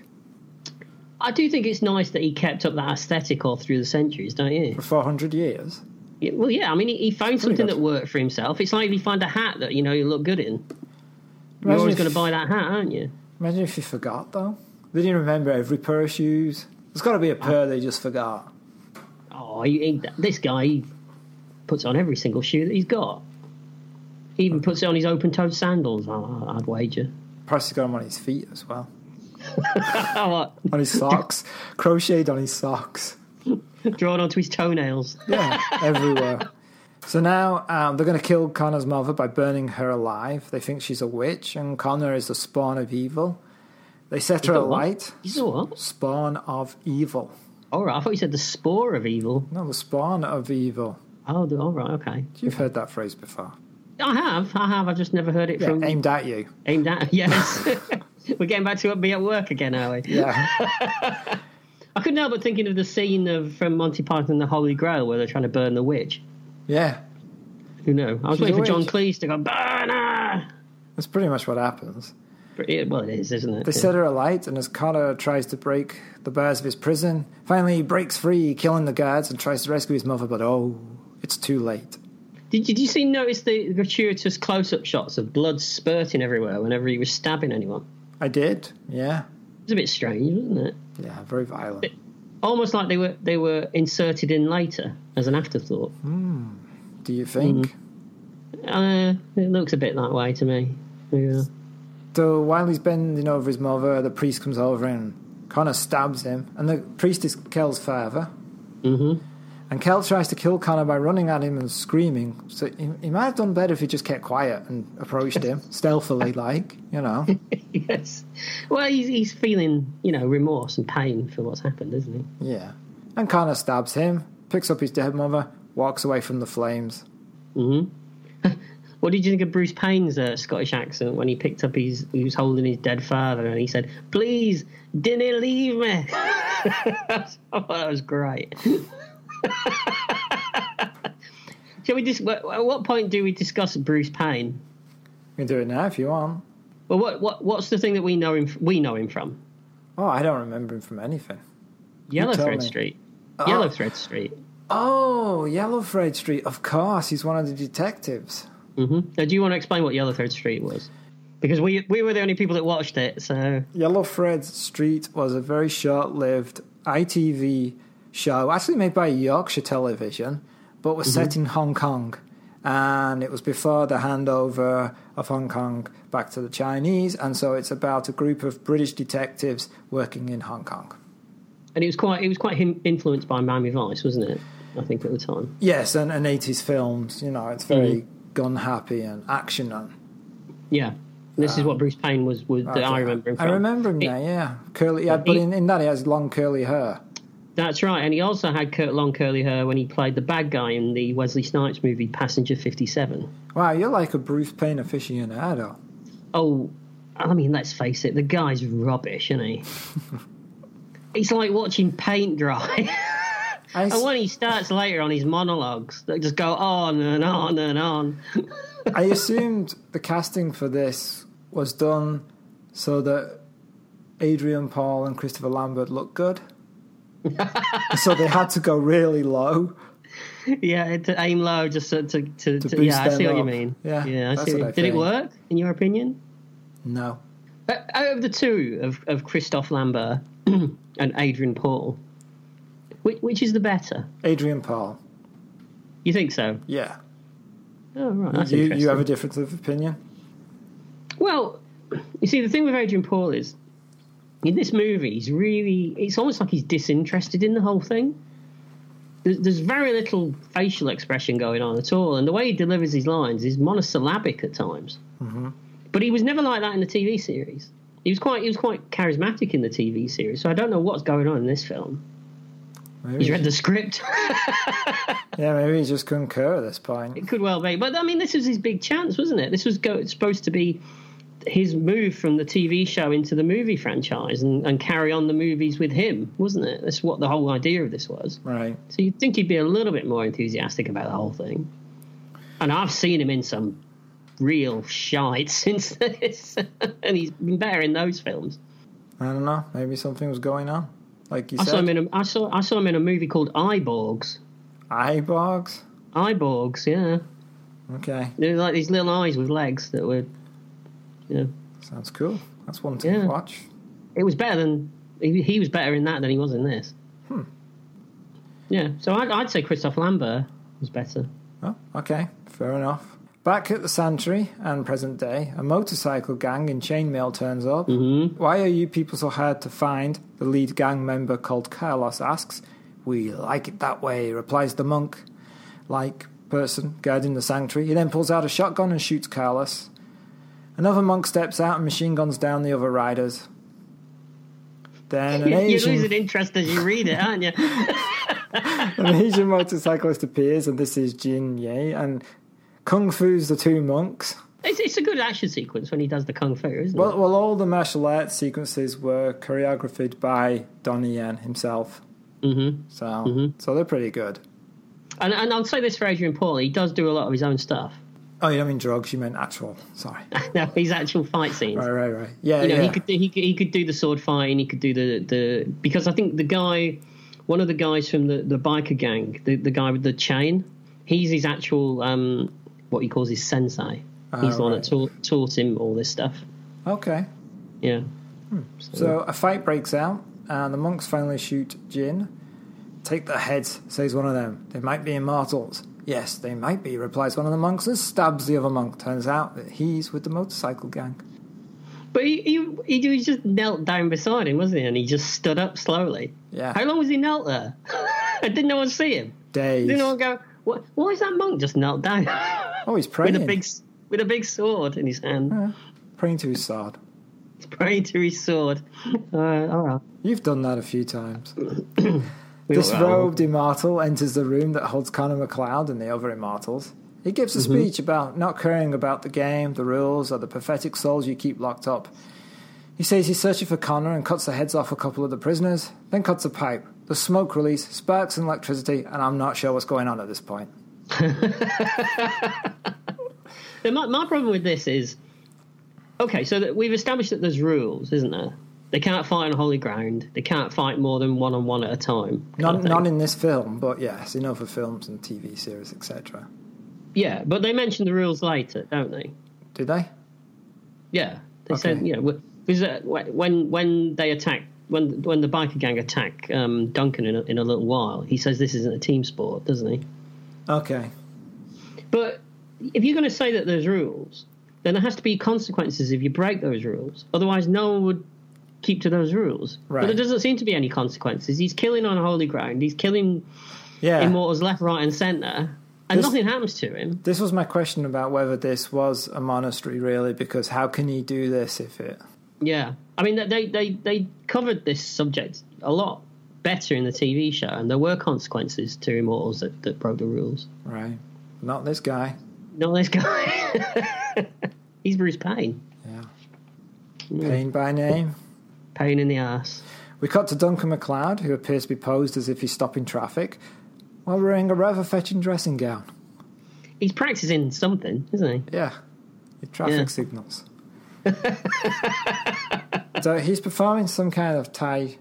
Speaker 2: I do think it's nice that he kept up that aesthetic all through the centuries, don't you?
Speaker 1: For 400 years.
Speaker 2: Yeah, Well, yeah. I mean, he, he found something
Speaker 1: good.
Speaker 2: that worked for himself. It's like if you find a hat that you know you look good in. You're always
Speaker 1: if-
Speaker 2: going to buy that hat, aren't you?
Speaker 1: Imagine if you forgot, though. Then you remember every pair of shoes. There's got to be a pair they just forgot.
Speaker 2: Oh, he, he, this guy he puts on every single shoe that he's got. He even puts it on his open-toed sandals. I, I'd wager.
Speaker 1: Perhaps he's got them on his feet as well.
Speaker 2: Oh, what?
Speaker 1: On his socks. Crocheted on his socks.
Speaker 2: drawn onto his toenails.
Speaker 1: Yeah, everywhere. So now um, they're going to kill Connor's mother by burning her alive. They think she's a witch, and Connor is the spawn of evil. They set her
Speaker 2: the what?
Speaker 1: alight.
Speaker 2: He's the what?
Speaker 1: Spawn of evil.
Speaker 2: All right, I thought you said the spore of evil.
Speaker 1: No, the spawn of evil.
Speaker 2: Oh, the- all right, okay.
Speaker 1: You've heard that phrase before.
Speaker 2: I have, I have. I've just never heard it
Speaker 1: Yeah,
Speaker 2: from
Speaker 1: aimed at you.
Speaker 2: aimed at. Yes, we're getting back to be at work again, are we?
Speaker 1: Yeah.
Speaker 2: I couldn't help but thinking of the scene of from Monty Python and the Holy Grail where they're trying to burn the witch.
Speaker 1: yeah.
Speaker 2: You know, I was
Speaker 1: She's
Speaker 2: waiting
Speaker 1: a
Speaker 2: for John
Speaker 1: witch.
Speaker 2: Cleese to go burn her.
Speaker 1: That's pretty much what happens.
Speaker 2: But it- well, it is, isn't it?
Speaker 1: They set her alight, and as Connor tries to break the bars of his prison, finally he breaks free, killing the guards, and tries to rescue his mother, but oh, it's too late.
Speaker 2: Did, did you see notice the gratuitous close-up shots of blood spurting everywhere whenever he was stabbing anyone?
Speaker 1: I did. Yeah.
Speaker 2: It was a bit strange, wasn't it?
Speaker 1: Yeah, very violent.
Speaker 2: Almost like they were they were inserted in later as an afterthought.
Speaker 1: Do you think?
Speaker 2: Uh, it looks a bit that way to me. Yeah.
Speaker 1: So while he's bending over his mother, the priest comes over and Connor stabs him. And the priest is Kel's father. Mm-hmm. And Kel tries to kill Connor by running at him and screaming. So he, he might have done better if he just kept quiet and approached him stealthily, like, you know.
Speaker 2: yes. Well, he's, he's feeling you know remorse and pain for what's happened, isn't he?
Speaker 1: Yeah. And Connor stabs him, picks up his dead mother, walks away from the flames.
Speaker 2: What did you think of Bruce Payne's uh, Scottish accent when he picked up his he was holding his dead father and he said, "Please, dinna leave me." I thought that was great. Shall we dis- wh- at what point do we discuss Bruce Payne?
Speaker 1: You can do it now if you want.
Speaker 2: Well, what, what what's the thing that we know him f- we know him from?
Speaker 1: Oh, I don't remember him from anything.
Speaker 2: Yellow
Speaker 1: tell
Speaker 2: Thread
Speaker 1: me. Uh,
Speaker 2: Street. Yellow Thread Street.
Speaker 1: Oh, Yellow Fred Street. Of course, he's one of the detectives.
Speaker 2: Mm-hmm. Now, do you want to explain what Yellow Thread Street was? Because we we were the only people that watched it, so
Speaker 1: Yellow Fred Street was a very short lived ITV show, actually made by Yorkshire Television, but was
Speaker 2: Mm-hmm.
Speaker 1: set in Hong Kong. And it was before the handover of Hong Kong back to the Chinese. And so it's about a group of British detectives working in Hong Kong.
Speaker 2: and it was quite it was quite him influenced by Miami Vice, wasn't it? I think at the time.
Speaker 1: Yes, and, and 80s films, you know, it's very
Speaker 2: Mm-hmm.
Speaker 1: gun happy and action. And,
Speaker 2: Yeah, this is what Bruce Payne was. was that I remember him. From.
Speaker 1: Um, oh, I remember him
Speaker 2: He-
Speaker 1: now, yeah. Curly, yeah, but
Speaker 2: he-
Speaker 1: in, in that he has long curly hair.
Speaker 2: That's right, and he also had cur- long curly hair when he played the bad guy in the Wesley Snipes movie Passenger Fifty Seven.
Speaker 1: Wow, you're like a Bruce Payne aficionado.
Speaker 2: Oh, I mean, let's face it, the guy's rubbish, isn't he? it's like watching paint dry.
Speaker 1: I s-
Speaker 2: and when he starts later on his monologues, they just go on and on and on.
Speaker 1: I assumed the casting for this was done so that Adrian Paul and Christopher Lambert looked good. so they had to go really low.
Speaker 2: Yeah, to aim low, just to to, to, to-
Speaker 1: boost
Speaker 2: yeah. I
Speaker 1: them
Speaker 2: see what you
Speaker 1: up.
Speaker 2: mean.
Speaker 1: Yeah,
Speaker 2: yeah. I
Speaker 1: that's
Speaker 2: see.
Speaker 1: what
Speaker 2: What
Speaker 1: I
Speaker 2: Did
Speaker 1: think.
Speaker 2: it work in your opinion?
Speaker 1: No.
Speaker 2: Uh, Out of the two of of Christophe Lambert and Adrian Paul, which, which is the better?
Speaker 1: Adrian Paul.
Speaker 2: You think so?
Speaker 1: Yeah.
Speaker 2: Oh, right. That's
Speaker 1: You,
Speaker 2: interesting.
Speaker 1: you have a difference of opinion?
Speaker 2: Well, you see, the thing with Adrian Paul is in this movie, he's really, it's almost like he's disinterested in the whole thing. There's, there's very little facial expression going on at all, and the way he delivers his lines is monosyllabic at times. But he was never like that in the TV series. He was quite, he was quite charismatic in the TV series. So I don't know what's going on in this film.
Speaker 1: Maybe,
Speaker 2: He's read the script.
Speaker 1: yeah, maybe he just couldn't care at this point.
Speaker 2: It could well be, but I mean, this was his big chance, wasn't it? This was go- supposed to be his move from the TV show into the movie franchise and, and carry on the movies with him, wasn't it? That's what the whole idea of this was.
Speaker 1: Right.
Speaker 2: So you'd think he'd be a little bit more enthusiastic about the whole thing. And I've seen him in some real shite since this, and he's been better in those films.
Speaker 1: I don't know. Maybe something was going on. Like you
Speaker 2: I saw
Speaker 1: said,
Speaker 2: him in a, I saw I saw him in a movie called Eyeborgs.
Speaker 1: eyeborgs.
Speaker 2: Eyeborgs, yeah.
Speaker 1: Okay,
Speaker 2: They're like these little eyes with legs that were, you know,
Speaker 1: sounds cool. That's one to
Speaker 2: Yeah.
Speaker 1: watch.
Speaker 2: it was better than he, he was better in that than he was in this.
Speaker 1: Hmm.
Speaker 2: Yeah, so I'd, I'd say Christoph Lambert was better.
Speaker 1: Oh, okay, fair enough. Back at the Santry and present day, a motorcycle gang in chainmail turns up. Mm-hmm. Why are you people so hard to find? The lead gang member called Carlos asks. We like it that way, replies the monk like person guarding the sanctuary. He then pulls out a shotgun and shoots Carlos. Another monk steps out and machine guns down the other riders. Then an
Speaker 2: You, you
Speaker 1: Asian
Speaker 2: lose an interest as you read it, aren't you?
Speaker 1: an Asian motorcyclist appears, and this is Jin Ye, and Kung Fu's the two monks.
Speaker 2: It's, it's a good action sequence when he does the kung fu, isn't
Speaker 1: Well, well, all the martial arts sequences were choreographed by Donnie Yen himself. Mm-hmm. So, so they're pretty good.
Speaker 2: it? And, and I'll say this for Adrian Paul: he does do a lot of his own stuff.
Speaker 1: Oh, you don't mean drugs? You meant actual. Sorry.
Speaker 2: Now his actual fight scenes.
Speaker 1: right, right, right. Yeah,
Speaker 2: You know,
Speaker 1: Uh, yeah.
Speaker 2: he could do, he could, he could do the sword fighting. He could do the the because I think the guy, one of the guys from the the biker gang, the the guy with the chain, he's his actual um what he calls his sensei. He's the one that taught taught him all this stuff.
Speaker 1: Okay.
Speaker 2: Yeah.
Speaker 1: So a fight breaks out, and the monks finally shoot Jin. Take their heads, says one of them. They might be immortals. Yes, they might be, replies one of the monks and stabs the other monk. Turns out that he's with the motorcycle gang.
Speaker 2: But he, he he he just knelt down beside him, wasn't he? And he just stood up slowly.
Speaker 1: Yeah.
Speaker 2: How long was he knelt there? and didn't no one see him?
Speaker 1: Days.
Speaker 2: Didn't no one go? What? Why is that monk just knelt down
Speaker 1: oh, he's
Speaker 2: with
Speaker 1: praying.
Speaker 2: a big s- with a big sword in his hand?
Speaker 1: praying to his sword.
Speaker 2: praying to his sword. Uh, all right.
Speaker 1: You've done that a few times.
Speaker 2: We
Speaker 1: This
Speaker 2: got that one.
Speaker 1: robed immortal enters the room that holds Connor McLeod and the other immortals. He gives a
Speaker 2: Mm-hmm.
Speaker 1: speech about not caring about the game, the rules, or the pathetic souls you keep locked up. He says he's searching for Connor and cuts the heads off a couple of the prisoners, then cuts a pipe. The smoke release, sparks and electricity, and I'm not sure what's going on at this point.
Speaker 2: Now, My, my problem with this is okay, so that we've established that there's rules, isn't there? They can't fight on holy ground. They can't fight more than one on one at a time. kind of
Speaker 1: None,
Speaker 2: thing.
Speaker 1: none in this film, but yes, in other films and TV series, etc.
Speaker 2: yeah, but they mention the rules later, don't they?
Speaker 1: Did they?
Speaker 2: Yeah, they said
Speaker 1: Okay.
Speaker 2: you know because uh, wh- when when they attack when when the biker gang attack um, Duncan in a, in a little while, he says this isn't a team sport, doesn't he?
Speaker 1: Okay.
Speaker 2: But if you're going to say that there's rules, then there has to be consequences if you break those rules. Otherwise, no one would keep to those rules.
Speaker 1: Right.
Speaker 2: But there doesn't seem to be any consequences. He's killing on holy ground. He's killing
Speaker 1: Yeah.
Speaker 2: immortals left, right, and centre, and
Speaker 1: This-
Speaker 2: nothing happens to him.
Speaker 1: This was my question about whether this was a monastery, really, because how can you do this if it.
Speaker 2: Yeah. I mean, they they they covered this subject a lot better in the TV show, and there were consequences to immortals that, that broke the rules.
Speaker 1: Right. Not this guy.
Speaker 2: Not this guy. He's Bruce Payne.
Speaker 1: Yeah. Pain by name.
Speaker 2: Pain in the ass.
Speaker 1: We cut to Duncan MacLeod, who appears to be posed as if he's stopping traffic while wearing a rather fetching dressing gown.
Speaker 2: He's practicing something, isn't he?
Speaker 1: Yeah. With traffic
Speaker 2: Yeah.
Speaker 1: signals. so he's performing some kind of Tai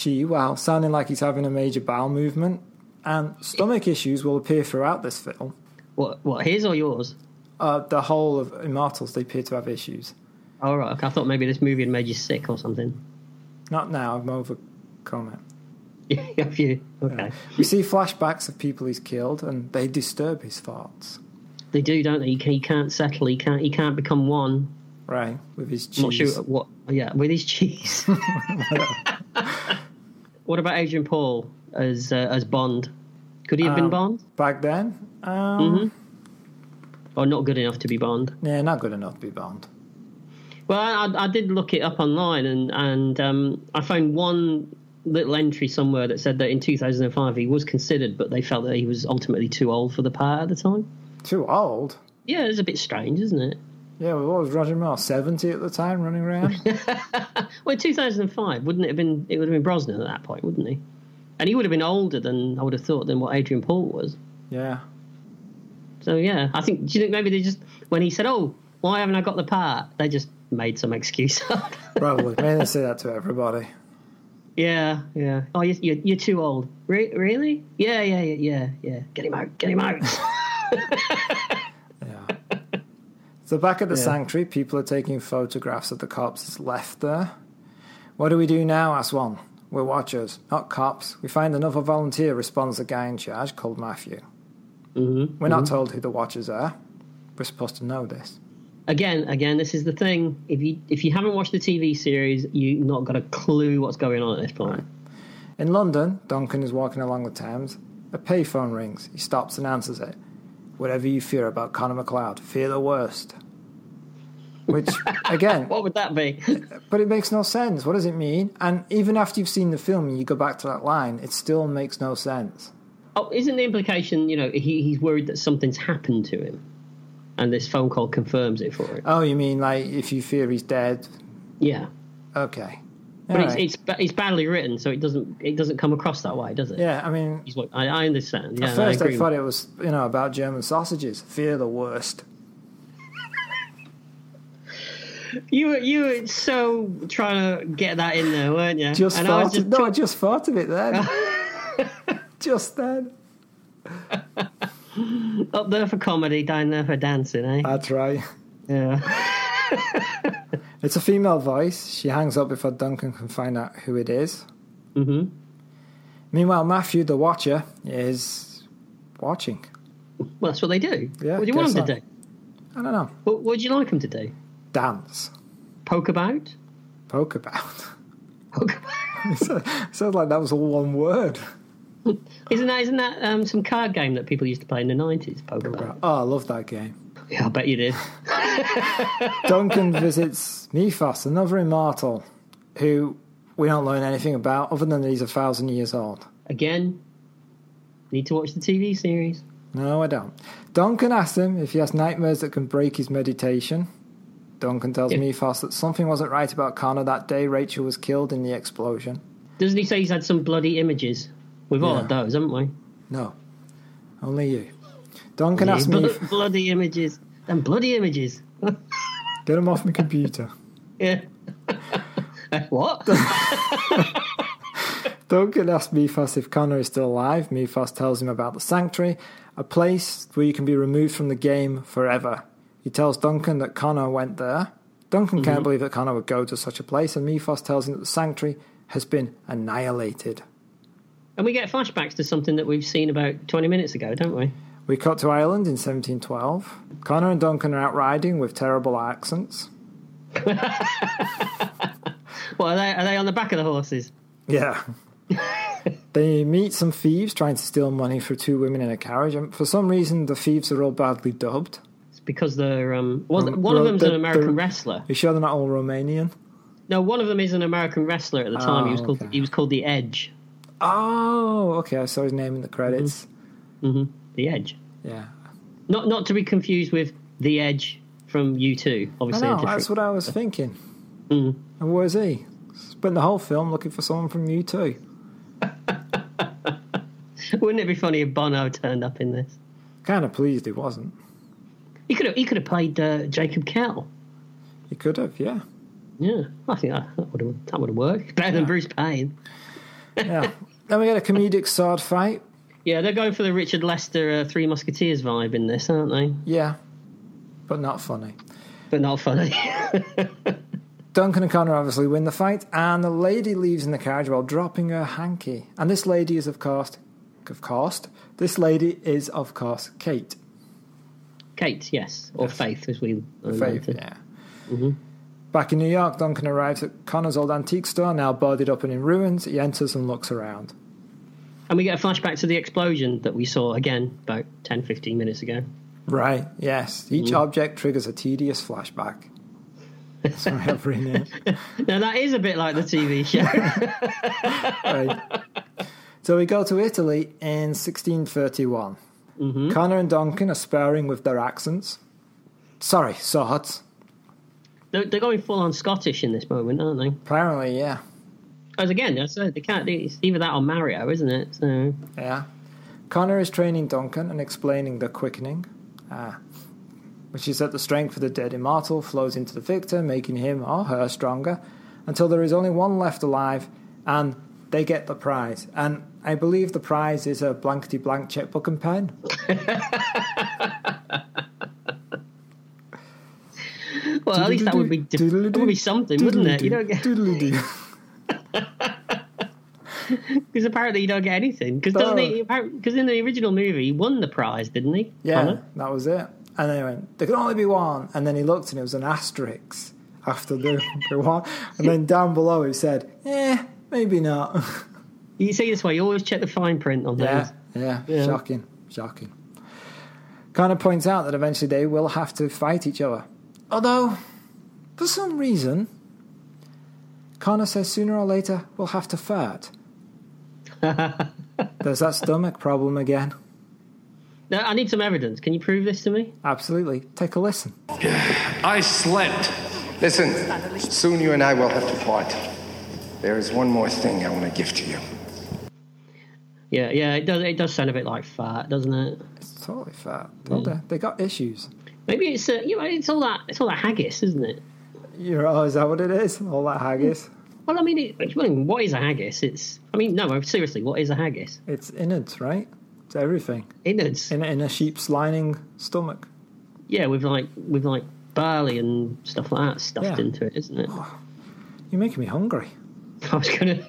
Speaker 1: Chi while sounding like he's having a major bowel movement, and stomach issues will appear throughout this film.
Speaker 2: What? What? His or yours?
Speaker 1: Uh, the whole of Immortals, they appear to have issues.
Speaker 2: All right. Okay. I thought maybe this movie had made you sick or something.
Speaker 1: Not now, I'm overcome it.
Speaker 2: if you, okay.
Speaker 1: We see flashbacks of people he's killed, and they disturb his thoughts.
Speaker 2: They do, don't they? He, can, he can't settle. He can't. He can't become one.
Speaker 1: Right, with his cheese.
Speaker 2: I'm not sure what. Yeah, with his cheese. what about Adrian Paul as uh, as Bond? Could he have been
Speaker 1: Um,
Speaker 2: Bond?
Speaker 1: Back then, um,
Speaker 2: Or not good enough to be Bond?
Speaker 1: yeah, not good enough to be Bond.
Speaker 2: Well, I, I- I did look it up online, and and um, I found one little entry somewhere that said that in 2005 he was considered, but they felt that he was ultimately too old for the part at the time.
Speaker 1: Too old.
Speaker 2: Yeah, it's a bit strange, isn't it?
Speaker 1: Yeah, well, what was Roger Moore seventy at the time, running around?
Speaker 2: Well, in 2005, wouldn't it have been? It would have been Brosnan at that point, wouldn't he? And he would have been older than I would have thought than what Adrian Paul was.
Speaker 1: yeah,
Speaker 2: So yeah, I think. Do you think maybe they just when he said, "Oh, why haven't I got the part?" They just made some excuse up.
Speaker 1: probably. Maybe they say that to everybody.
Speaker 2: yeah, yeah. Oh, you, you're, you're too old. Re- really? Yeah, yeah, yeah, yeah, yeah. Get him out. Get him out.
Speaker 1: So back at the sanctuary, people are taking photographs of the cops that's left there. What do we do now? asks one. We're watchers, not cops. We find another volunteer, responds the guy in charge, called Matthew. Mm-hmm. We're not told who the watchers are. We're supposed to know this.
Speaker 2: again, again. This is the thing. If you if you haven't watched the TV series, you've not got a clue what's going on at this point.
Speaker 1: In London, Duncan is walking along the Thames. A payphone rings. He stops and answers it. Whatever you fear about Connor McLeod, fear the worst. Which, again,
Speaker 2: What would that be?
Speaker 1: But it makes no sense. What does it mean? And even after you've seen the film and you go back to that line, it still makes no sense.
Speaker 2: Oh, isn't the implication, you know, he, he's worried that something's happened to him? And this phone call confirms it for him.
Speaker 1: Oh, you mean like if you fear he's dead?
Speaker 2: yeah.
Speaker 1: Okay.
Speaker 2: But
Speaker 1: All
Speaker 2: it's,
Speaker 1: right.
Speaker 2: it's ba- it's badly written, so it doesn't it doesn't come across that way, does it?
Speaker 1: yeah, I mean,
Speaker 2: He's like, I, I understand. Yeah,
Speaker 1: at first
Speaker 2: I
Speaker 1: I,
Speaker 2: agree.
Speaker 1: thought it was, you know, about German sausages. Fear the worst.
Speaker 2: you were you were so trying to get that in there, weren't you?
Speaker 1: Just
Speaker 2: and I
Speaker 1: thought,
Speaker 2: was just
Speaker 1: no, I just thought of it then. just then.
Speaker 2: up there for comedy, down there for dancing, eh?
Speaker 1: I try.
Speaker 2: yeah.
Speaker 1: It's a female voice. She hangs up before Duncan can find out who it is.
Speaker 2: hmm
Speaker 1: Meanwhile, Matthew, the watcher, is watching.
Speaker 2: Well, that's what they do.
Speaker 1: Yeah,
Speaker 2: what do you want
Speaker 1: guess
Speaker 2: them to
Speaker 1: so.
Speaker 2: do?
Speaker 1: I don't know.
Speaker 2: What, what do you like them to do?
Speaker 1: Dance.
Speaker 2: Poke about?
Speaker 1: Poke about.
Speaker 2: Poke about?
Speaker 1: So- Sounds like that was all one word.
Speaker 2: Isn't that isn't that um, some card game that people used to play in the nineties? Poke about.
Speaker 1: Oh, I love that game.
Speaker 2: Yeah, I bet you did.
Speaker 1: Duncan visits Nephos, another immortal, who we don't learn anything about other than that he's a thousand years old.
Speaker 2: Again, need to watch the TV series.
Speaker 1: No, I don't. Duncan asks him if he has nightmares that can break his meditation. Duncan tells
Speaker 2: Yeah.
Speaker 1: Mephos that something wasn't right about Connor that day Rachel was killed in the explosion.
Speaker 2: Doesn't he say he's had some bloody images? We've all had
Speaker 1: Yeah.
Speaker 2: those, haven't we?
Speaker 1: No, only you. Duncan asks
Speaker 2: Blo-
Speaker 1: me,
Speaker 2: bloody images. And bloody images.
Speaker 1: get him off my computer.
Speaker 2: Yeah. what?
Speaker 1: Duncan asks Mephas if Connor is still alive. Mephas tells him about the sanctuary, a place where you can be removed from the game forever. He tells Duncan that Connor went there. Duncan can't believe that Connor would go to such a place, and Mephas tells him that the sanctuary has been annihilated.
Speaker 2: and we get flashbacks to something that we've seen about 20 minutes ago, don't we?
Speaker 1: We cut to Ireland in 1712. Connor and Duncan are out riding with terrible accents.
Speaker 2: What, are they, are they on the back of the horses?
Speaker 1: Yeah. they meet some thieves trying to steal money for two women in a carriage, and for some reason, the thieves are all badly dubbed.
Speaker 2: It's because they're. Um, well,
Speaker 1: Um,
Speaker 2: one of
Speaker 1: well,
Speaker 2: them's an
Speaker 1: they're-
Speaker 2: American
Speaker 1: they're-
Speaker 2: wrestler.
Speaker 1: You sure they're not all Romanian?
Speaker 2: No, one of them is an American wrestler at the time. he was called.
Speaker 1: Oh, okay.
Speaker 2: He was called the Edge.
Speaker 1: Oh, okay. I saw his name in the credits.
Speaker 2: The Edge.
Speaker 1: Yeah.
Speaker 2: Not not to be confused with the Edge from U2.
Speaker 1: I
Speaker 2: Obviously, a
Speaker 1: know.
Speaker 2: different-
Speaker 1: Oh, That's what I was thinking. And where's he? Spent the whole film looking for someone from U2.
Speaker 2: Wouldn't it be funny if Bono turned up in this?
Speaker 1: Kind of pleased he wasn't.
Speaker 2: He could have. He could have played uh, Jacob Kell.
Speaker 1: He could have, yeah.
Speaker 2: Yeah, I think that, that would have that would have worked better than Bruce Payne.
Speaker 1: Yeah. then we get a comedic sword fight.
Speaker 2: Yeah, they're going for the Richard Lester uh, Three Musketeers vibe in this, aren't they?
Speaker 1: Yeah. But not funny.
Speaker 2: But not funny.
Speaker 1: Duncan and Connor obviously win the fight, and the lady leaves in the carriage while dropping her hanky. And this lady is, of course, of course, this lady is, of course, Kate.
Speaker 2: Kate, yes, or Faith, as we learned
Speaker 1: Faith,
Speaker 2: later.
Speaker 1: yeah. Mm-hmm. Back in New York, Duncan arrives at Connor's old antique store, now boarded up and in ruins. He enters and looks around.
Speaker 2: And we get a flashback to the explosion that we saw again about 10, 15 minutes ago.
Speaker 1: Right, yes. Each object triggers a tedious flashback. That's what I have written here.
Speaker 2: Now that is a bit like the TV show.
Speaker 1: Right. So we go to Italy in 1631. Connor and Duncan are sparring with their accents. Sorry, sots.
Speaker 2: they're, they're going full on Scottish in this moment, aren't they?
Speaker 1: Apparently, yeah.
Speaker 2: Because again, that's uh, they can't. It's either that or Mario, isn't it? So
Speaker 1: Yeah. Connor is training Duncan and explaining the quickening, ah, which is that the strength of the dead immortal flows into the victor, making him or her stronger until there is only one left alive and they get the prize. And I believe the prize is a blankety blank checkbook and pen.
Speaker 2: well, at least that would be diff- that would be something, wouldn't it? You don't get
Speaker 1: Doodly-doo.
Speaker 2: because apparently you don't get anything because doesn't he? Because in the original movie, he won the prize, didn't he?
Speaker 1: Yeah,
Speaker 2: Connor?
Speaker 1: that was it. And then he went, there can only be one. And then he looked and it was an asterisk after the the one. And then down below he said, eh, maybe not.
Speaker 2: You see this way, you always check the fine print on
Speaker 1: yeah,
Speaker 2: those.
Speaker 1: yeah,
Speaker 2: Yeah.
Speaker 1: shocking, shocking. Kind of points out that eventually they will have to fight each other. Although, for some reason, Connor says sooner or later we'll have to fart. There's that stomach problem again.
Speaker 2: No, I need some evidence. Can you prove this to me?
Speaker 1: Absolutely. Take a listen.
Speaker 9: I slept.
Speaker 8: Listen, soon you and I will have to fight. There is one more thing I want to give to you.
Speaker 2: Yeah, yeah, it does. It does sound a bit like fart, doesn't it?
Speaker 1: It's totally fat. They got issues.
Speaker 2: Maybe it's uh, you know, it's all that it's all that haggis, isn't it?
Speaker 1: You're, oh, is that what it is? All that haggis?
Speaker 2: Well, I mean, it, it's- well, what is a haggis? It's I mean, no, seriously, what is a haggis?
Speaker 1: It's innards, right? It's everything.
Speaker 2: Innards.
Speaker 1: In, in a sheep's lining stomach.
Speaker 2: Yeah, with like with like barley and stuff like that stuffed
Speaker 1: Yeah.
Speaker 2: into it, isn't it?
Speaker 1: You're making me hungry.
Speaker 2: I was gonna.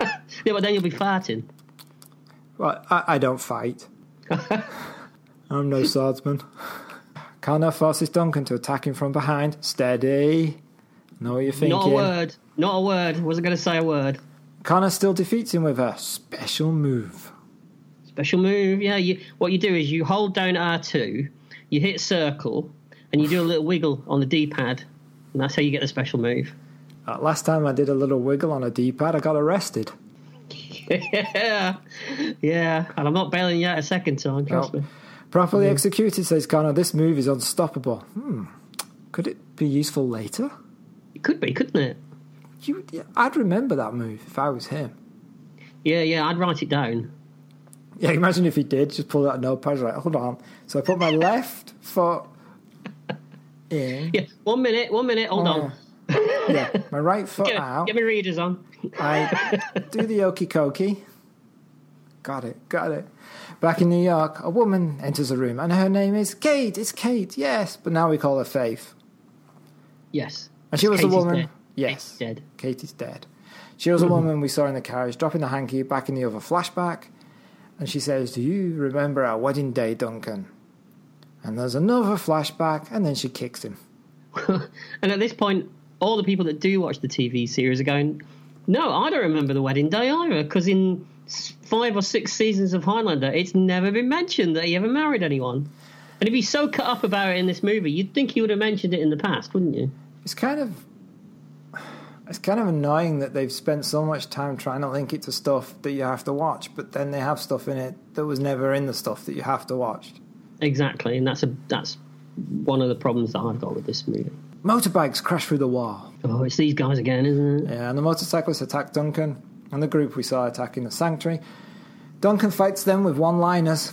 Speaker 2: yeah, but then you'll be farting.
Speaker 1: Well, I, I don't fight. I'm no swordsman. Connor forces Duncan to attack him from behind. Steady. Know what you're thinking.
Speaker 2: Not a word. Not a word. Wasn't going to say a word.
Speaker 1: Connor still defeats him with a special move.
Speaker 2: Special move. Yeah. You, what you do is you hold down R two, you hit circle, and you do a little wiggle on the D pad, and that's how you get the special move.
Speaker 1: Uh, last time I did a little wiggle on a D-pad, I got arrested.
Speaker 2: yeah. Yeah. And I'm not bailing you out a second time. Trust
Speaker 1: Oh.
Speaker 2: me. Mm-hmm.
Speaker 1: Properly executed, says Connor, this move is unstoppable. Hmm. Could it be useful later?
Speaker 2: It could be, couldn't it?
Speaker 1: You, I'd remember that move if I was him.
Speaker 2: Yeah. Yeah. I'd write it down.
Speaker 1: Yeah, imagine if he did, just pull out a notepad, right? Hold on. So I put my left foot in.
Speaker 2: Yeah. One minute. One minute. Hold on.
Speaker 1: Oh, Yeah, my right foot
Speaker 2: Get,
Speaker 1: out.
Speaker 2: get my readers on.
Speaker 1: I do the okie cokie. Got it, got it. Back in New York, a woman enters a room and her name is Kate. It's Kate, yes. But now we call her Faith.
Speaker 2: Yes.
Speaker 1: And she was the
Speaker 2: Katie's
Speaker 1: woman.
Speaker 2: dead.
Speaker 1: Yes.
Speaker 2: Dead.
Speaker 1: Kate is dead. She was a woman we saw in the carriage dropping the hanky back in the other flashback. And she says, Do you remember our wedding day, Duncan? And there's another flashback, and then she kicks him.
Speaker 2: And at this point, all the people that do watch the TV series are going, no, I don't remember the wedding day either, because in s- five or six seasons of Highlander, it's never been mentioned that he ever married anyone. And if he's so cut up about it in this movie, you'd think he would have mentioned it in the past, wouldn't you?
Speaker 1: It's kind of. It's kind of annoying that they've spent so much time trying to link it to stuff that you have to watch, but then they have stuff in it that was never in the stuff that you have to watch.
Speaker 2: Exactly, and that's a that's one of the problems that I've got with this movie.
Speaker 1: Motorbikes crash through the wall.
Speaker 2: Oh, it's these guys again, isn't it?
Speaker 1: Yeah, and the motorcyclists attack Duncan and the group we saw attacking the sanctuary. Duncan fights them with one liners.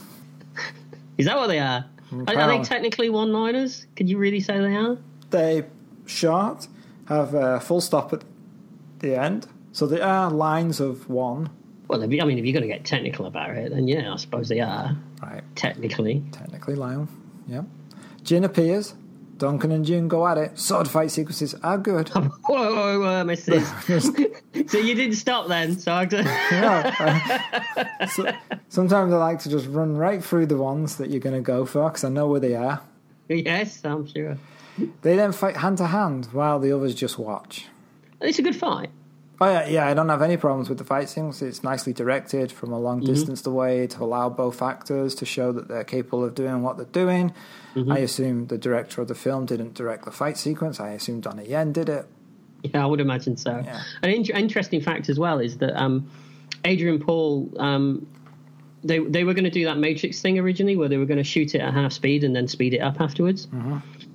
Speaker 2: Is that what they are? Are, are they
Speaker 1: Apparently.
Speaker 2: technically one-liners? Could you really say they are?
Speaker 1: They short, have a full stop at the end. So they are lines of one.
Speaker 2: Well, if you, I mean, if you're going to get technical about it, then yeah, I suppose they are
Speaker 1: Right,
Speaker 2: technically.
Speaker 1: technically, Lyle. Yeah. Jin appears. Duncan and June go at it. Sword fight sequences are good.
Speaker 2: whoa, whoa, whoa, missus. so you didn't stop then. So I
Speaker 1: Yeah, uh, so- sometimes I like to just run right through the ones that you're going to go for because I know where they are.
Speaker 2: yes, I'm sure.
Speaker 1: They then fight hand to hand while the others just watch.
Speaker 2: It's a good fight.
Speaker 1: Oh yeah, yeah. I don't have any problems with the fight scenes. It's nicely directed from a long distance away to allow both actors to show that they're capable of doing what they're doing. I assume the director of the film didn't direct the fight sequence. I assume Donnie Yen did it.
Speaker 2: Yeah, I would imagine so. An in- interesting fact as well is that um, Adrian Paul, um, they they were going to do that Matrix thing originally, where they were going to shoot it at half speed and then speed it up afterwards.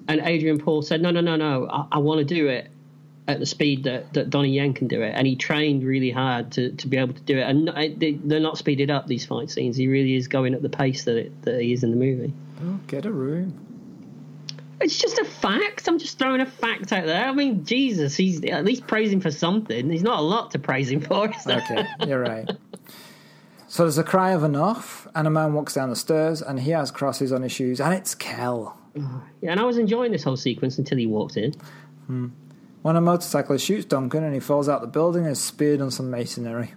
Speaker 2: And Adrian Paul said, "No, no, no, no, I, I want to do it." At the speed that, that Donnie Yen can do it, and he trained really hard to, to be able to do it. And no- they, they're not speeded up these fight scenes. He really is going at the pace that it, that he is in the movie.
Speaker 1: Get a room.
Speaker 2: It's just a fact. I'm just throwing a fact out there. I mean, Jesus, he's at least praising for something. He's not a lot to praise him for, is there?
Speaker 1: Okay, you're right. So there's a cry of enough, and a man walks down the stairs, and he has crosses on his shoes, and it's Kel.
Speaker 2: Yeah, and I was enjoying this whole sequence until he walked in.
Speaker 1: When a motorcyclist shoots Duncan, and he falls out the building and is speared on some masonry.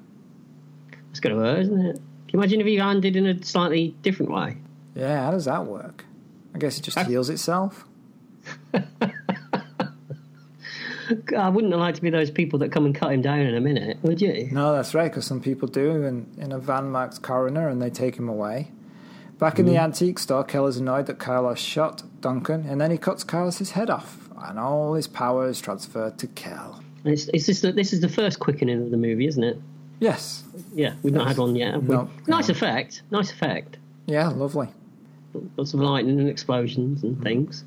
Speaker 2: It's going to hurt, isn't it? Can you imagine if he landed in a slightly different way?
Speaker 1: Yeah, how does that work? I guess it just heals itself.
Speaker 2: God, I wouldn't like to be those people that come and cut him down in a minute, would you?
Speaker 1: No, that's right, because some people do in, in a van marked coroner and they take him away. Back in the antique store, Kel is annoyed that Carlos shot Duncan and then he cuts Carlos's head off, and all his power is transferred to Kel.
Speaker 2: And It's, it's just that this is the first quickening of the movie, isn't it?
Speaker 1: Yes.
Speaker 2: Yeah, we've not had one yet. have we?
Speaker 1: No.
Speaker 2: Nice effect. Nice effect.
Speaker 1: Yeah, lovely.
Speaker 2: Lots of lightning and explosions and things.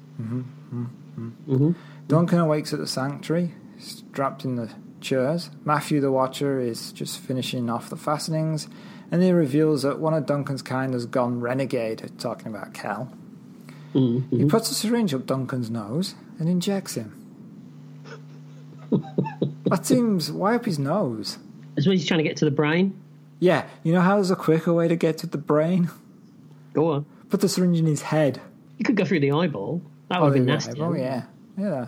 Speaker 1: Duncan awakes at the sanctuary, strapped in the chairs. Matthew the Watcher is just finishing off the fastenings, and he reveals that one of Duncan's kind has gone renegade, talking about Cal.
Speaker 2: Mm-hmm.
Speaker 1: He puts a syringe up Duncan's nose and injects him. that seems way up his nose.
Speaker 2: As well as he's trying to get to the brain.
Speaker 1: Yeah, you know how there's a quicker way to get to the brain?
Speaker 2: Go on.
Speaker 1: Put the syringe in his head.
Speaker 2: You could go through the eyeball. That would have been
Speaker 1: yeah,
Speaker 2: nasty.
Speaker 1: Oh, yeah. Yeah.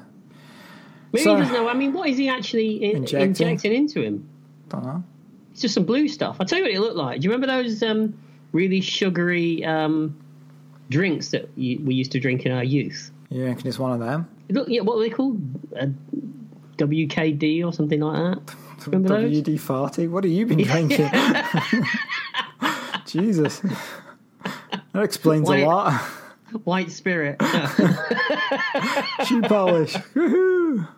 Speaker 2: Maybe
Speaker 1: So-
Speaker 2: he doesn't know. I mean, what is he actually in,
Speaker 1: Injecting?
Speaker 2: injecting. into him?
Speaker 1: Don't know.
Speaker 2: It's just some blue stuff. I'll tell you what it looked like. Do you remember those um, really sugary um, drinks that you, we used to drink in our youth?
Speaker 1: You reckon it's one of them?
Speaker 2: It looked, yeah, what were they called? Uh, WKD or something like that? Remember those?
Speaker 1: WD forty. What have you been drinking? Jesus, that explains
Speaker 2: Wait.
Speaker 1: a lot.
Speaker 2: White spirit.
Speaker 1: Shoe polish. Woohoo!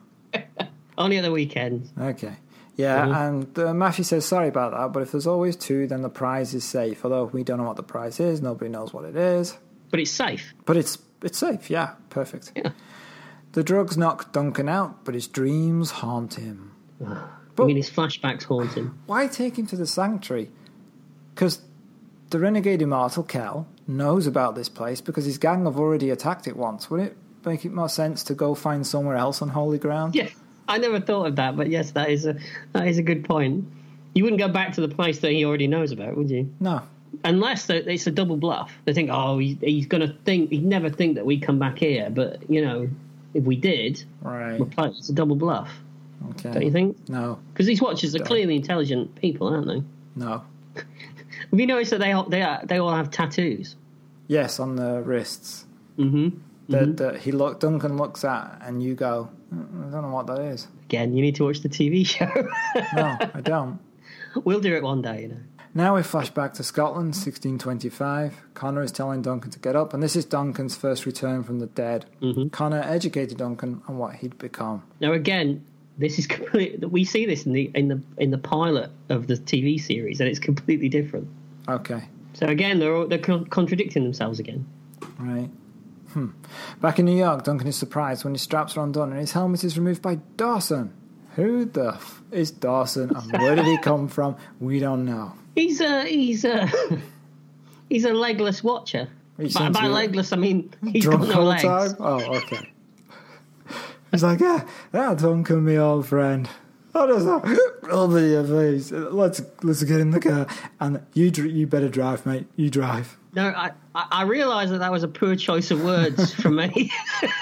Speaker 2: Only at the weekends.
Speaker 1: Okay. Yeah, and uh, Matthew says sorry about that, but if there's always two, then the prize is safe. Although we don't know what the prize is, nobody knows what it is.
Speaker 2: But it's safe.
Speaker 1: But it's it's safe. Yeah, perfect.
Speaker 2: Yeah.
Speaker 1: The drugs knock Duncan out, but his dreams haunt him.
Speaker 2: I mean, his flashbacks haunt him.
Speaker 1: Why take him to the sanctuary? Because the renegade immortal Cal knows about this place because his gang have already attacked it once. Would it make it more sense to go find somewhere else on holy ground?
Speaker 2: Yeah, I never thought of that, but yes, that is a that is a good point. You wouldn't go back to the place that he already knows about, would you?
Speaker 1: No.
Speaker 2: unless they- it's a double bluff. They think, oh, he, he's going to think he'd never think that we come back here, but you know, if we did,
Speaker 1: Right.
Speaker 2: we're playing- it's a double bluff.
Speaker 1: Okay.
Speaker 2: Don't you think?
Speaker 1: No.
Speaker 2: Because these watchers are clearly intelligent people, aren't they?
Speaker 1: No.
Speaker 2: Have you noticed that they all, they are, they all have tattoos?
Speaker 1: Yes, on the wrists.
Speaker 2: Mm-hmm.
Speaker 1: That, that he look Duncan looks at and you go, "Mm, I don't know what that is.
Speaker 2: Again, you need to watch the TV show.
Speaker 1: No, I don't.
Speaker 2: we'll do it one day, you know.
Speaker 1: Now we flash back to Scotland, 1625. Connor is telling Duncan to get up, and this is Duncan's first return from the dead. Connor educated Duncan on what he'd become.
Speaker 2: Now, again, this is complete. We see this in the in the in the pilot of the TV series, and it's completely different.
Speaker 1: Okay,
Speaker 2: So again, they're all, they're con- contradicting themselves again.
Speaker 1: right. Hmm. Back in New York, Duncan is surprised when his straps are undone and his helmet is removed by Dawson. Who the f is Dawson and where did he come from? We don't know.
Speaker 2: He's a he's a he's a legless watcher.
Speaker 1: He
Speaker 2: By,
Speaker 1: seems
Speaker 2: by
Speaker 1: to be
Speaker 2: legless, I mean he's got
Speaker 1: drunk all
Speaker 2: no
Speaker 1: the
Speaker 2: legs.
Speaker 1: time. Oh, okay. He's like, yeah, yeah, Duncan, me old friend. Oh, I just over your face. Let's let's get in the car, and you dr- you better drive, mate. You drive.
Speaker 2: No, I I, I realise that that was a poor choice of words from me.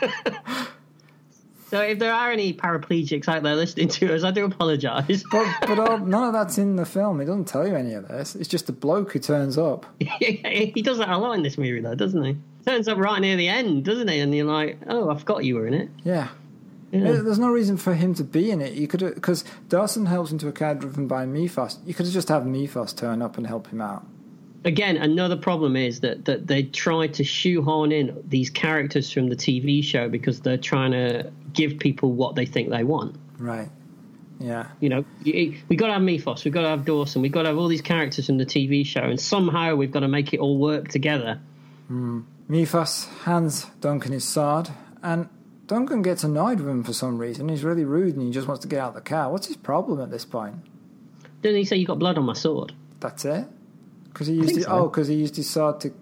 Speaker 2: So if there are any paraplegics out there listening to us, I do apologise.
Speaker 1: But, but all, none of that's in the film. It doesn't tell you any of this. It's just a bloke who turns up.
Speaker 2: he does that a lot in this movie, though, doesn't he? Turns up right near the end, doesn't he? And you're like, oh, I forgot you were in it.
Speaker 1: Yeah. There- There's no reason for him to be in it. You could because Dawson helps into a car driven by Mephos. You could just have Mephos turn up and help him out.
Speaker 2: Again, another problem is that, that they try to shoehorn in these characters from the TV show because they're trying to give people what they think they want.
Speaker 1: Right. Yeah.
Speaker 2: You know, you- we got to have Mephos, we've got to have Dawson, we've got to have all these characters from the TV show, and somehow we've got to make it all work together.
Speaker 1: Mephos hands Duncan his sword, and Duncan gets annoyed with him for some reason. He's really rude, and he just wants to get out of the car. What's his problem at this point?
Speaker 2: Didn't he say you got blood on my sword?
Speaker 1: That's it. Because he used
Speaker 2: think
Speaker 1: his,
Speaker 2: so.
Speaker 1: oh, 'cause he used his sword to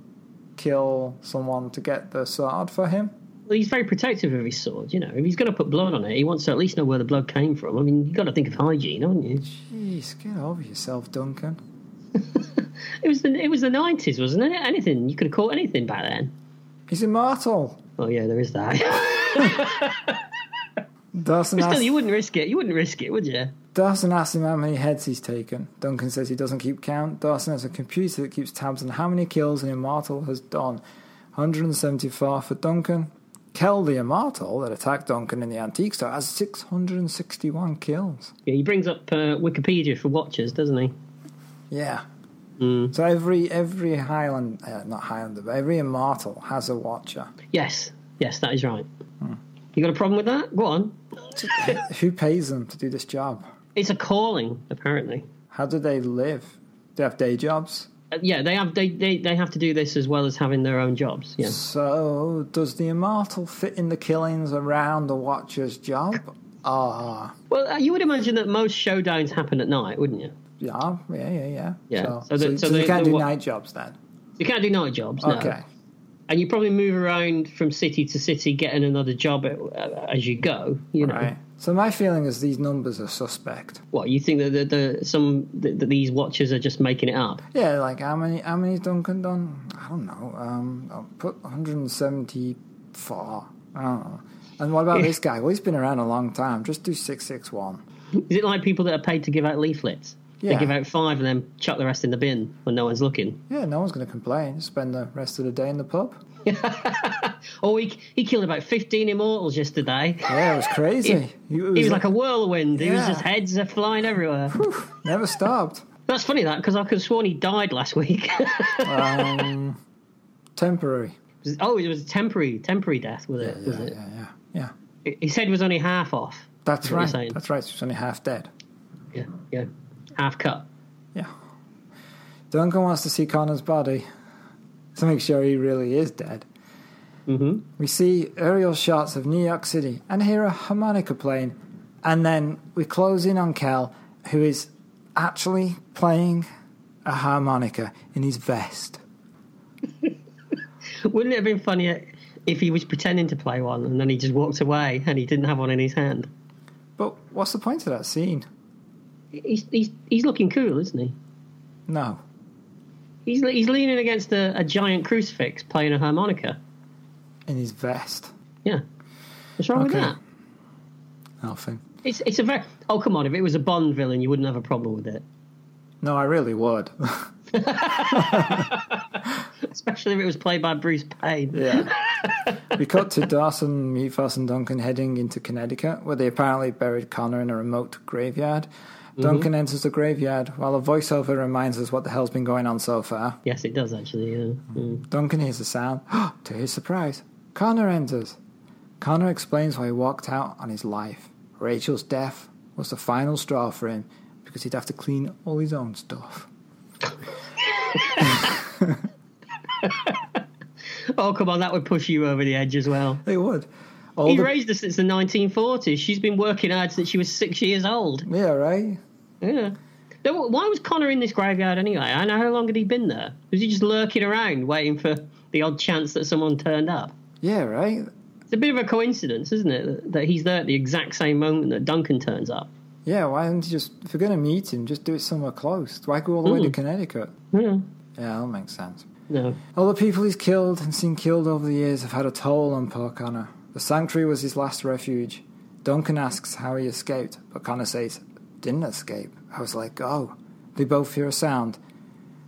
Speaker 1: kill someone to get the sword for him.
Speaker 2: Well, he's very protective of his sword. You know, if he's going to put blood on it, he wants to at least know where the blood came from. I mean, you've got to think of hygiene, haven't you?
Speaker 1: Jeez, get over yourself, Duncan.
Speaker 2: It was the it was the nineties, wasn't it? Anything you could have caught anything back then.
Speaker 1: He's immortal.
Speaker 2: Oh yeah, there is that.
Speaker 1: Dawson
Speaker 2: Still,
Speaker 1: asks,
Speaker 2: you wouldn't risk it. You wouldn't risk it, would you?
Speaker 1: Dawson asks him how many heads he's taken. Duncan says he doesn't keep count. Dawson has a computer that keeps tabs on how many kills an immortal has done. 174 for Duncan. Kel the Immortal that attacked Duncan in the antique store has 661 kills.
Speaker 2: Yeah, he brings up uh, Wikipedia for watchers, doesn't he?
Speaker 1: Yeah. So every every Highland, uh, not Highlander, but every immortal has a watcher.
Speaker 2: Yes, yes, that is right.
Speaker 1: Hmm.
Speaker 2: You got a problem with that? Go on.
Speaker 1: Who pays them to do this job?
Speaker 2: It's a calling, apparently.
Speaker 1: How do they live? Do they have day jobs?
Speaker 2: Uh, yeah, they have they, they they have to do this as well as having their own jobs. Yeah.
Speaker 1: So, does the immortal fit in the killings around the Watcher's job? Ah,
Speaker 2: Well, uh, you would imagine that most showdowns happen at night, wouldn't you?
Speaker 1: yeah, yeah, yeah, yeah. So,
Speaker 2: Yeah, so
Speaker 1: so,
Speaker 2: the- so
Speaker 1: so they
Speaker 2: the-
Speaker 1: can't
Speaker 2: the
Speaker 1: do
Speaker 2: wa-
Speaker 1: night jobs then.
Speaker 2: You can't do night jobs. no.
Speaker 1: Okay.
Speaker 2: and you probably move around from city to city, getting another job at, uh, as you go. You know,
Speaker 1: Right. So my feeling is these numbers are suspect.
Speaker 2: what you think that the, the some that that these watchers are just making it up?
Speaker 1: Yeah, like how many? How many Duncan done? I don't know. Um, I'll put 174. I don't know. And what about this guy? Well, he's been around a long time. Just do 661.
Speaker 2: Is it like people that are paid to give out leaflets?
Speaker 1: Yeah.
Speaker 2: They give out five and then chuck the rest in the bin when no one's looking.
Speaker 1: Yeah, no one's going to complain. Spend the rest of the day in the pub.
Speaker 2: Oh, he he killed about fifteen immortals yesterday.
Speaker 1: Yeah, it was crazy. He,
Speaker 2: He was like a whirlwind. He was
Speaker 1: Yeah.
Speaker 2: just heads are flying everywhere.
Speaker 1: never stopped.
Speaker 2: That's funny that because I could have sworn he died last week.
Speaker 1: Temporary.
Speaker 2: oh, it was temporary, temporary death was it? was it?
Speaker 1: Yeah, yeah, yeah.
Speaker 2: His head was only half off.
Speaker 1: That's
Speaker 2: what you're
Speaker 1: right.
Speaker 2: saying.
Speaker 1: That's right. She's only half dead.
Speaker 2: Yeah, yeah, half cut.
Speaker 1: Yeah. Duncan wants to see Connor's body to make sure he really is dead. Mm-hmm. We see aerial shots of New York City and hear a harmonica playing, and then we close in on Cal, who is actually playing a harmonica in his vest.
Speaker 2: Wouldn't it have been funnier if he was pretending to play one and then he just walked away and he didn't have one in his hand?
Speaker 1: But what's the point of that scene?
Speaker 2: He's he's, he's looking cool, isn't he?
Speaker 1: No.
Speaker 2: He's he's leaning against a, a giant crucifix playing a harmonica.
Speaker 1: In his vest.
Speaker 2: Yeah, what's wrong with
Speaker 1: Okay.
Speaker 2: that?
Speaker 1: Nothing.
Speaker 2: It's it's a very oh come on! If it was a Bond villain, you wouldn't have a problem with it,
Speaker 1: No, I really would.
Speaker 2: especially if it was played by Bruce Payne.
Speaker 1: Yeah. we cut to Dawson, Mufas, and Duncan heading into Connecticut, where they apparently buried Connor in a remote graveyard. Duncan enters the graveyard while a voiceover reminds us what the hell's been going on so far.
Speaker 2: Yes, it does actually. Yeah. Mm.
Speaker 1: Duncan hears a sound. to his surprise, Connor enters. Connor explains why he walked out on his life. Rachel's death was the final straw for him because he'd have to clean all his own stuff.
Speaker 2: Oh come on, that would push you over the edge as well.
Speaker 1: They would. All
Speaker 2: He
Speaker 1: the-
Speaker 2: raised her since the 1940s. She's been working hard since she was six years old.
Speaker 1: yeah, right?
Speaker 2: Yeah. Now, wh- Why was Connor in this graveyard anyway? I know how long had he been there? Was he just lurking around waiting for the odd chance that someone turned up?
Speaker 1: Yeah, right?
Speaker 2: It's a bit of a coincidence, isn't it, that- that he's there at the exact same moment that Duncan turns up?
Speaker 1: Yeah, why don't you just, if you're going to meet him, just do it somewhere close? Why go all the way to Connecticut?
Speaker 2: Yeah.
Speaker 1: Yeah, that makes sense.
Speaker 2: No.
Speaker 1: All the people he's killed and seen killed over the years have had a toll on poor Connor. The sanctuary was his last refuge. Duncan asks how he escaped, but Connor says, Didn't escape. I was let go. They both hear a sound.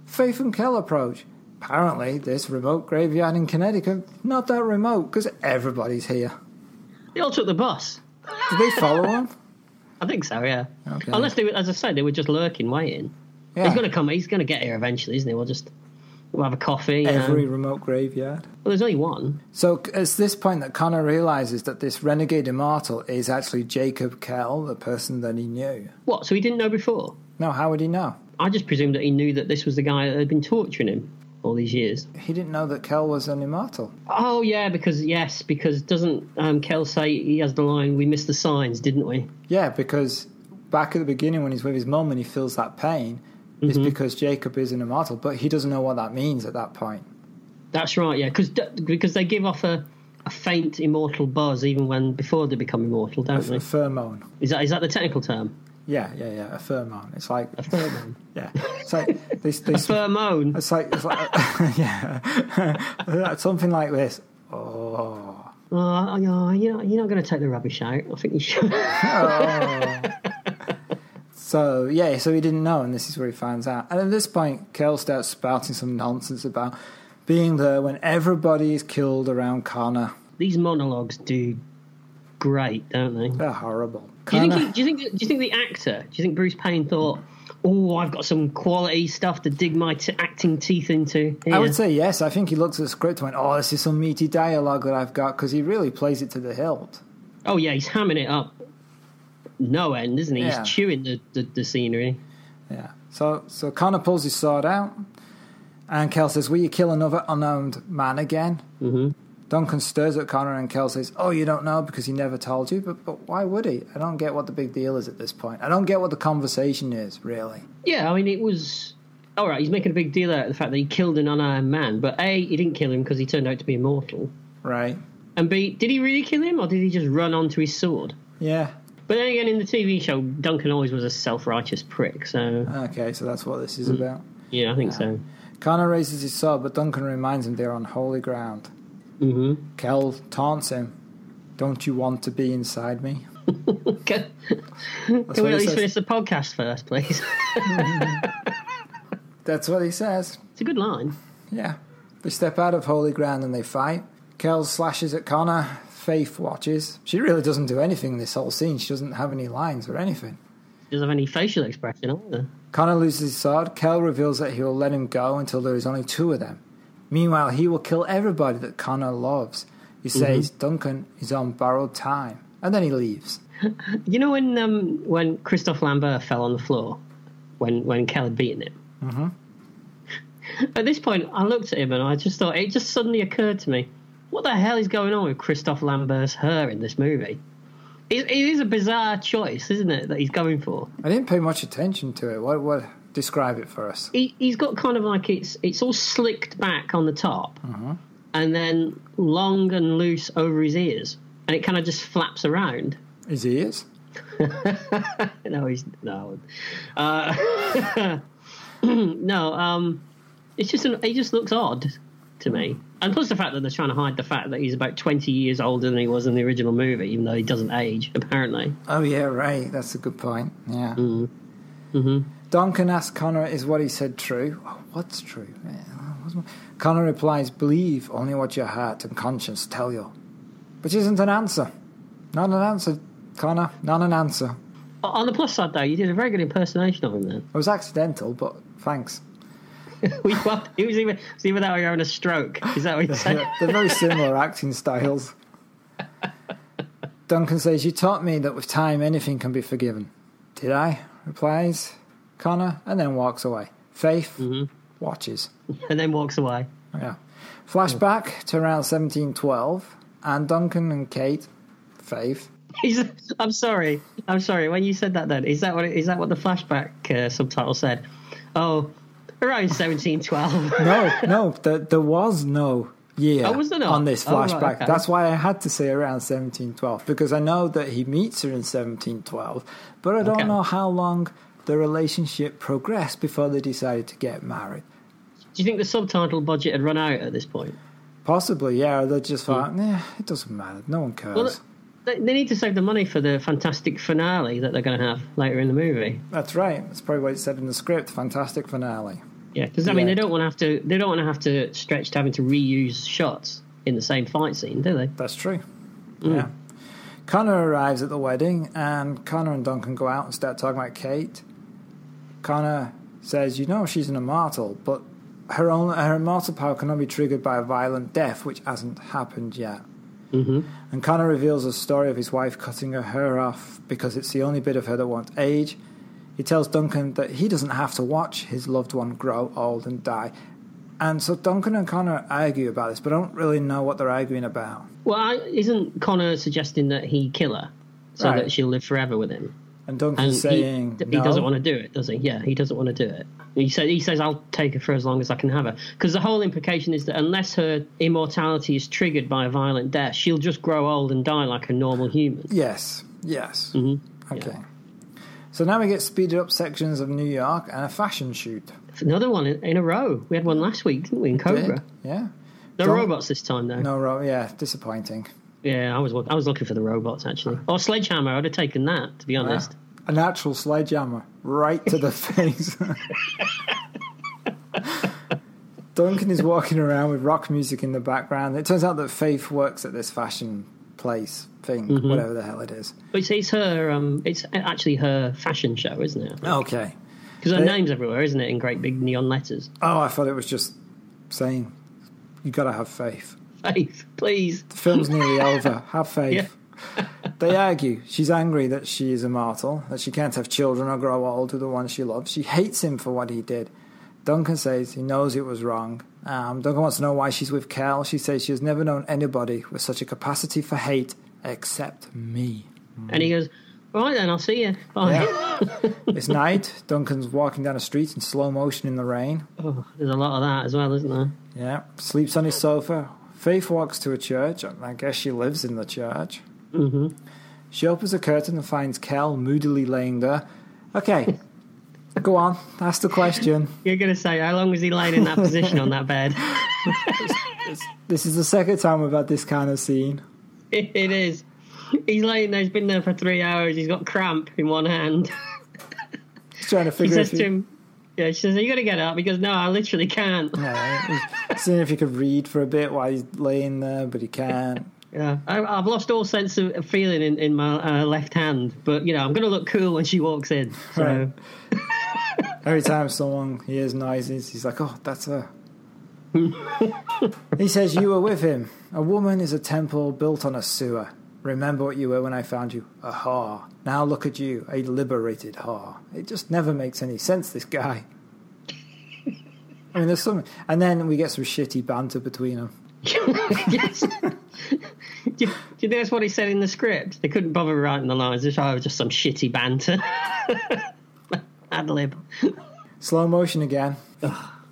Speaker 1: Faith and Kell approach. Apparently, this remote graveyard in Connecticut, not that remote, because everybody's here.
Speaker 2: They all took the bus.
Speaker 1: Did they follow him?
Speaker 2: I think so, yeah. Okay. Unless they, were, as I said, they were just lurking, waiting.
Speaker 1: Yeah.
Speaker 2: He's gonna come. He's gonna get here eventually, isn't he? We'll just we'll have a coffee.
Speaker 1: Every
Speaker 2: and-
Speaker 1: remote graveyard.
Speaker 2: well, there's only one.
Speaker 1: So it's this point that Connor realizes that this renegade immortal is actually Jacob Kell, the person that he knew.
Speaker 2: What? So he didn't know before.
Speaker 1: No, how would he know?
Speaker 2: I just presumed that he knew that this was the guy that had been torturing him all these years.
Speaker 1: He didn't know that Kell was an immortal.
Speaker 2: Oh yeah, because yes, because doesn't um, Kel say he has the line? We missed the signs, didn't we?
Speaker 1: Yeah, because back at the beginning when he's with his mum and he feels that pain, it's because Jacob is an immortal, but he doesn't know what that means at that point.
Speaker 2: That's right. Yeah, because because they give off a, a faint immortal buzz even when before they become immortal, don't
Speaker 1: A
Speaker 2: they?
Speaker 1: pheromone.
Speaker 2: Is that is that the technical term?
Speaker 1: Yeah, yeah, yeah. A pheromone. It's like
Speaker 2: A pheromone.
Speaker 1: yeah. It's like they, they
Speaker 2: a pheromone.
Speaker 1: It's like it's like yeah. Something like this. Oh.
Speaker 2: Oh, I- I- you're not, you're not going to take the rubbish out. I think you should.
Speaker 1: So yeah, so he didn't know, and this is where he finds out. And at this point, Kel starts spouting some nonsense about being there when everybody is killed around Connor.
Speaker 2: These monologues do great, don't they?
Speaker 1: They're horrible.
Speaker 2: Do you, think
Speaker 1: Connor-
Speaker 2: he, do you think? Do you think the actor? Do you think Bruce Payne thought, "Oh, I've got some quality stuff to dig my t- acting teeth into"?
Speaker 1: I
Speaker 2: here."
Speaker 1: would say yes. I think he looked at the script and went, "Oh, this is some meaty dialogue that I've got," because he really plays it to the hilt.
Speaker 2: Oh yeah, he's hamming it up, no end, isn't he?
Speaker 1: Yeah.
Speaker 2: He's chewing the, the, the scenery.
Speaker 1: Yeah. So so Connor pulls his sword out, and Kel says, "Will you kill another unarmed man again?" Mm-hmm. Duncan stirs at Connor, and Kel says, "Oh, you don't know because he never told you." But but why would he? I don't get what the big deal is at this point. I don't get what the conversation is really.
Speaker 2: Yeah, I mean it was all right. He's making a big deal out of the fact that he killed an unarmed man, but a he didn't kill him because he turned out to be immortal,
Speaker 1: Right.
Speaker 2: and b did he really kill him or did he just run onto his sword?
Speaker 1: Yeah.
Speaker 2: But then again, in the TV show, Duncan always was a self-righteous prick. So
Speaker 1: Okay. So that's what this is about.
Speaker 2: yeah, I think so.
Speaker 1: Connor raises his sword, but Duncan reminds him they're on holy ground.
Speaker 2: Mm-hmm.
Speaker 1: Kel taunts him. Don't you want to be inside me?
Speaker 2: Can,
Speaker 1: That's
Speaker 2: can we
Speaker 1: what
Speaker 2: at
Speaker 1: he
Speaker 2: least
Speaker 1: says.
Speaker 2: finish the podcast first, please?
Speaker 1: That's what he says.
Speaker 2: it's a good line.
Speaker 1: Yeah. They step out of holy ground and they fight. Kel slashes at Connor. Faith watches. She really doesn't do anything in this whole scene. She doesn't have any lines or anything.
Speaker 2: He doesn't have any facial expression either.
Speaker 1: Connor loses his sword. Kel reveals that he will let him go until there is only two of them. Meanwhile, he will kill everybody that Connor loves. He says Duncan is on borrowed time. And then he leaves.
Speaker 2: You know when um, when Christophe Lambert fell on the floor when when Kell had beaten him. Mm-hmm. At this point, I looked at him and I just thought it just suddenly occurred to me, what the hell is going on with Christophe Lambert's hair in this movie? It, it is a bizarre choice, isn't it, that he's going for?
Speaker 1: I didn't pay much attention to it. What, what, describe it for us.
Speaker 2: he, he's got kind of like it's it's all slicked back on the top and then long and loose over his ears and it kind of just flaps around
Speaker 1: His ears?
Speaker 2: no he's no uh, no um it's just an, he just looks odd to me and plus the fact that they're trying to hide the fact that he's about 20 years older than he was in the original movie even though he doesn't age apparently
Speaker 1: Oh yeah, right. That's a good point. Yeah. Mm-hmm. Duncan asks Connor, "Is what he said true? Oh, what's true?" Yeah, what's my- Connor replies, "Believe only what your heart and conscience tell you," which isn't an answer. Not an answer, Connor. Not an answer.
Speaker 2: O- on the plus side though you did a very good impersonation of him then
Speaker 1: It was accidental, but thanks.
Speaker 2: we, well, it was even, it was even that we were having a stroke is that what you said
Speaker 1: Yeah, they're very similar acting styles. Duncan says, You taught me that with time anything can be forgiven. Did I? replies Connor, and then walks away. Faith watches.
Speaker 2: and then walks away
Speaker 1: Yeah. Flashback to around 1712, and Duncan and Kate, Faith.
Speaker 2: Is- I'm sorry. I'm sorry. When you said that, then is that what is that what the flashback uh, subtitle said? Oh, around 1712.
Speaker 1: No, no, there, there was no year
Speaker 2: Oh, was there not?
Speaker 1: on this
Speaker 2: Oh, right,
Speaker 1: flashback.
Speaker 2: okay.
Speaker 1: That's why I had to say around 1712, because I know that he meets her in 1712, but I don't
Speaker 2: Okay.
Speaker 1: know how long the relationship progressed before they decided to get married.
Speaker 2: Do you think the subtitle budget had run out at this point?
Speaker 1: Possibly, yeah, they just thought, yeah, it doesn't matter. No one cares.
Speaker 2: Hmm. Well, they they need to save the money for the fantastic finale that they're going to have later in the movie.
Speaker 1: That's right. That's probably what it said in the script. Fantastic finale.
Speaker 2: Yeah, because I mean, they don't want to have to. They don't want to have to stretch to having to reuse shots in the same fight scene, do they?
Speaker 1: That's true. Yeah. Connor arrives at the wedding, and Connor and Duncan go out and start talking about Kate. Connor says, "You know, she's an immortal, but her only, her immortal power cannot be triggered by a violent death, which hasn't happened yet." And Connor reveals a story of his wife cutting her hair off because it's the only bit of her that won't age. He tells Duncan that he doesn't have to watch his loved one grow old and die. And so Duncan and Connor argue about this, but I don't really know what they're arguing about.
Speaker 2: Well, I, isn't Connor suggesting that he kill her so
Speaker 1: Right.
Speaker 2: that she'll live forever with him?
Speaker 1: And
Speaker 2: And
Speaker 1: Duncan's
Speaker 2: he-
Speaker 1: saying,
Speaker 2: he,
Speaker 1: no.
Speaker 2: doesn't want to do it, does he? Yeah, he doesn't want to do it. He said he says I'll take her for as long as I can have her because the whole implication is that unless her immortality is triggered by a violent death, she'll just grow old and die like a normal human.
Speaker 1: Yes, yes.
Speaker 2: Mm-hmm.
Speaker 1: Okay. So now we get speeded up sections of New York and a fashion shoot.
Speaker 2: It's another one in, in a row. We had one last week, didn't we? In Cobra.
Speaker 1: Yeah.
Speaker 2: No
Speaker 1: Don't-
Speaker 2: robots this time though.
Speaker 1: No, Rob, yeah, disappointing.
Speaker 2: Yeah, I was I was looking for the robots actually. Or sledgehammer. I'd have taken that to be honest.
Speaker 1: An actual sledgehammer right to the face. Duncan is walking around with rock music in the background. It turns out that Faith works at this fashion place thing,
Speaker 2: Mm-hmm.
Speaker 1: whatever the hell it is.
Speaker 2: But it's, it's her. Um, it's actually her fashion show, isn't it?
Speaker 1: Okay.
Speaker 2: Because her
Speaker 1: They-
Speaker 2: name's everywhere, isn't it? In great big neon letters.
Speaker 1: Oh, I thought it was just saying, you got to have faith.
Speaker 2: Faith, please.
Speaker 1: The film's nearly over. Have faith.
Speaker 2: Yeah.
Speaker 1: They argue. She's angry that she is immortal, that she can't have children or grow old with the one she loves. She hates him for what he did. Duncan says he knows it was wrong. Um, Duncan wants to know why she's with Cal. She says she has never known anybody with such a capacity for hate except me.
Speaker 2: And he goes, "All right then, I'll see you." Bye.
Speaker 1: Mm. Yeah. it's night. Duncan's walking down the street in slow motion in the rain.
Speaker 2: Oh, there's a lot of that as well, isn't there?
Speaker 1: Yeah. Sleeps on his sofa. Faith walks to a church. I guess she lives in the church. Mm-hmm. She opens a curtain and finds Kel moodily laying there. Okay. Go on. Ask the question.
Speaker 2: You're gonna say, "How long was he laying in that position on that bed?"
Speaker 1: This is the second time we've had this kind of scene.
Speaker 2: it is. He's laying there. He's been there for three hours. He's got cramp in one hand.
Speaker 1: He's trying to
Speaker 2: He
Speaker 1: figure
Speaker 2: says
Speaker 1: if he-
Speaker 2: to him, "Yeah." She says, "Are you gonna get up?" He goes, "No, I literally can't."
Speaker 1: Yeah, he's seeing if he could read for a bit while he's laying there, but he can't.
Speaker 2: Yeah, I, I've lost all sense of of feeling in, in my uh, left hand, but you know, I'm going to look cool when she walks in. So,
Speaker 1: Right. Every time someone hears noises, he's like, oh, that's her. he says, You were with him. A woman is a temple built on a sewer. Remember what you were when I found you? A whore. Now look at you, a liberated whore. It just never makes any sense, this guy. I mean, there's some. And then we get some shitty banter between them.
Speaker 2: yes. do, you, do you think that's what he said in the script? They couldn't bother writing the lines. It's oh, just some shitty banter. Ad lib.
Speaker 1: Slow motion again.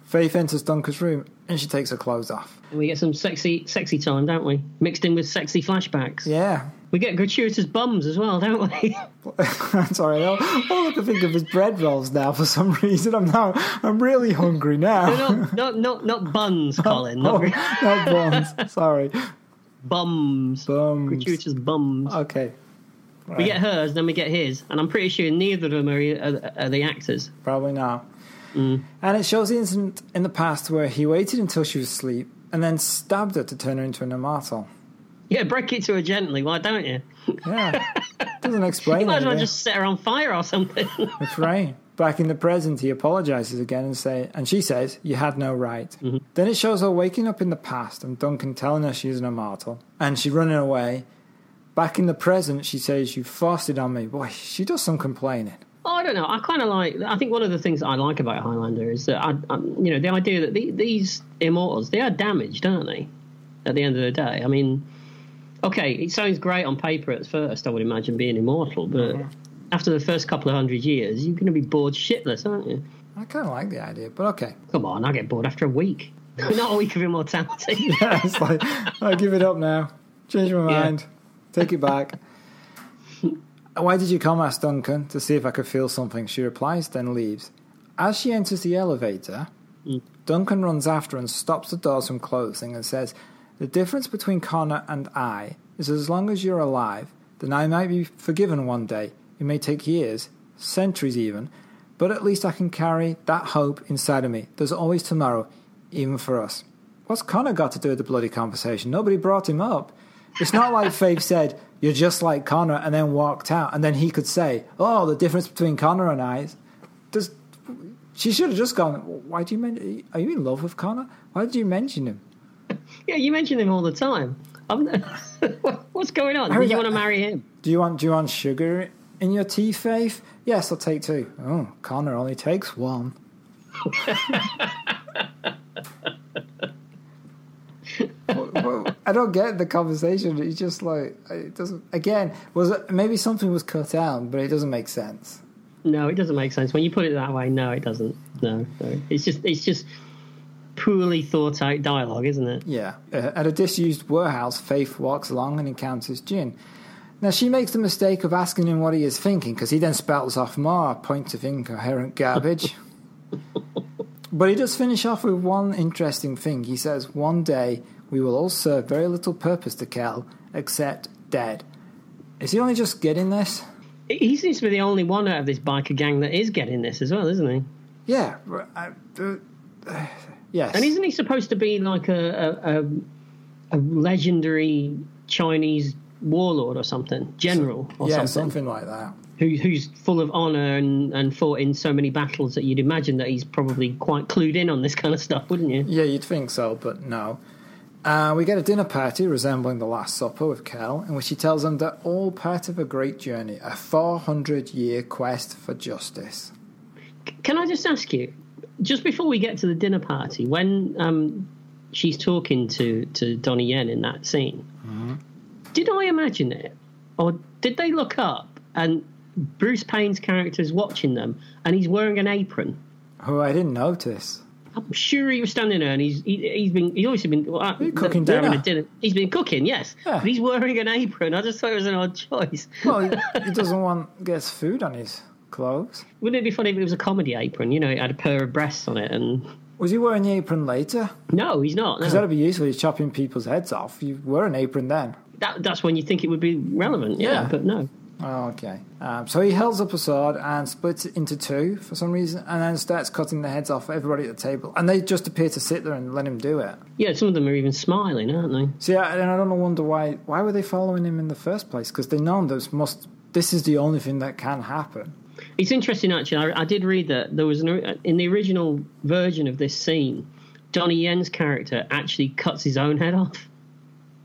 Speaker 1: Faith enters Dunker's room and she takes her clothes off.
Speaker 2: We get some sexy, sexy time, don't we? Mixed in with sexy flashbacks.
Speaker 1: Yeah.
Speaker 2: We get gratuitous bums as well, don't we?
Speaker 1: Sorry, all, all I can think of is bread rolls now for some reason. I'm now, I'm really hungry now.
Speaker 2: not, not, not, not buns, Colin. Not
Speaker 1: Oh,
Speaker 2: re-
Speaker 1: not buns. Sorry.
Speaker 2: bums.
Speaker 1: Bums.
Speaker 2: Gratuitous bums.
Speaker 1: Okay.
Speaker 2: We get hers, then we get his, and I'm pretty sure neither of them are, are, are the actors.
Speaker 1: Probably not.
Speaker 2: Mm.
Speaker 1: And it shows the incident in the past where he waited until she was asleep and then stabbed her to turn her into an immortal.
Speaker 2: Yeah, break it to her gently. Why don't you?
Speaker 1: Yeah. Doesn't
Speaker 2: You
Speaker 1: explain
Speaker 2: might as well
Speaker 1: anything.
Speaker 2: just set her on fire or something.
Speaker 1: That's right. Back in the present, he apologizes again and say, and she says, "You had no right." Then it shows her waking up in the past and Duncan telling her she's an immortal, and she running away. Back in the present, she says, "You fasted on me." Boy, she does some complaining.
Speaker 2: Oh, I don't know. I kind of like. I think one of the things that I like about Highlander is that I, I you know, the idea that the, these immortals they are damaged, aren't they? At the end of the day, I mean, okay, it sounds great on paper at first. I would imagine being immortal, but after the first couple of hundred years, you're going to be bored shitless, aren't you?
Speaker 1: I kind of like the idea, but okay.
Speaker 2: Come on, I get bored after a week. Not a week of immortality.
Speaker 1: it's like I give it up now. Change my
Speaker 2: Yeah.
Speaker 1: mind. Take it back. Why did you come? asks Duncan to see if I could feel something. She replies, then leaves. As she enters the elevator, Duncan runs after and stops the doors from closing and says, The difference between Connor and I is as long as you're alive, then I might be forgiven one day. It may take years, centuries even, but at least I can carry that hope inside of me. There's always tomorrow, even for us. What's Connor got to do with the bloody conversation? Nobody brought him up. It's not like Faith said, You're just like Connor, and then walked out, and then he could say, Oh, the difference between Connor and I. Is, does, she should have just gone, Why do you mention. Are you in love with Connor? Why did you mention him?
Speaker 2: Yeah, you mention him all the time. what's going on? Do you want to marry him?
Speaker 1: Do you want do you want sugar in your tea, Faith? Yes, I'll take two. Oh, Connor only takes one. well, well, I don't get the conversation. It's just like it doesn't. Again, was it, maybe something was cut out, but it doesn't make sense.
Speaker 2: No, it doesn't make sense when you put it that way. No, it doesn't. No, no. it's just it's just poorly thought out dialogue, isn't it?
Speaker 1: Yeah. Uh, at a disused warehouse, Faith walks along and encounters Jin. Now, she makes the mistake of asking him what he is thinking because he then spouts off more points of incoherent garbage. but he does finish off with one interesting thing. He says, One day we will all serve very little purpose to Cal except dead. Is he only just getting this?
Speaker 2: He seems to be the only one out of this biker gang that is getting this as well, isn't he?
Speaker 1: Yeah. I, uh, uh, Yes.
Speaker 2: And isn't he supposed to be like a a, a, a legendary Chinese warlord or something, general or
Speaker 1: yeah,
Speaker 2: something?
Speaker 1: something like that.
Speaker 2: Who, who's full of honor and, and fought in so many battles that you'd imagine that he's probably quite clued in on this kind of stuff, wouldn't you?
Speaker 1: Yeah, you'd think so, but no. Uh, we get a dinner party resembling the Last Supper with Cal, in which he tells them they're all part of a great journey, a 400 year quest for justice.
Speaker 2: C- can I just ask you, just before we get to the dinner party, when um, she's talking to, to Donnie Yen in that scene, mm-hmm. did I imagine it? Or did they look up and Bruce Payne's character is watching them and he's wearing an apron?
Speaker 1: Oh, I didn't notice.
Speaker 2: I'm sure he was standing there and he's he, has been he's obviously been well,
Speaker 1: cooking dinner.
Speaker 2: A dinner. He's been cooking, yes. Yeah. But he's wearing an apron. I just thought it was an odd choice.
Speaker 1: Well, he, he doesn't want gets food on his clothes.
Speaker 2: Wouldn't it be funny if it was a comedy apron? You know, it had a pair of breasts on it, and
Speaker 1: was he wearing the apron later?
Speaker 2: No, he's not.
Speaker 1: Because
Speaker 2: no.
Speaker 1: that'd be useful. He's chopping people's heads off. You wear an apron then.
Speaker 2: That, that's when you think it would be relevant. Yeah, yeah. but no.
Speaker 1: Oh, okay. Um, so he holds up a sword and splits it into two for some reason, and then starts cutting the heads off everybody at the table. And they just appear to sit there and let him do it.
Speaker 2: Yeah, some of them are even smiling, aren't they?
Speaker 1: See, I, and I don't wonder why. Why were they following him in the first place? Because they know this must. This is the only thing that can happen.
Speaker 2: It's interesting, actually. I, I, did read that there was an, in the original version of this scene, Donnie Yen's character actually cuts his own head off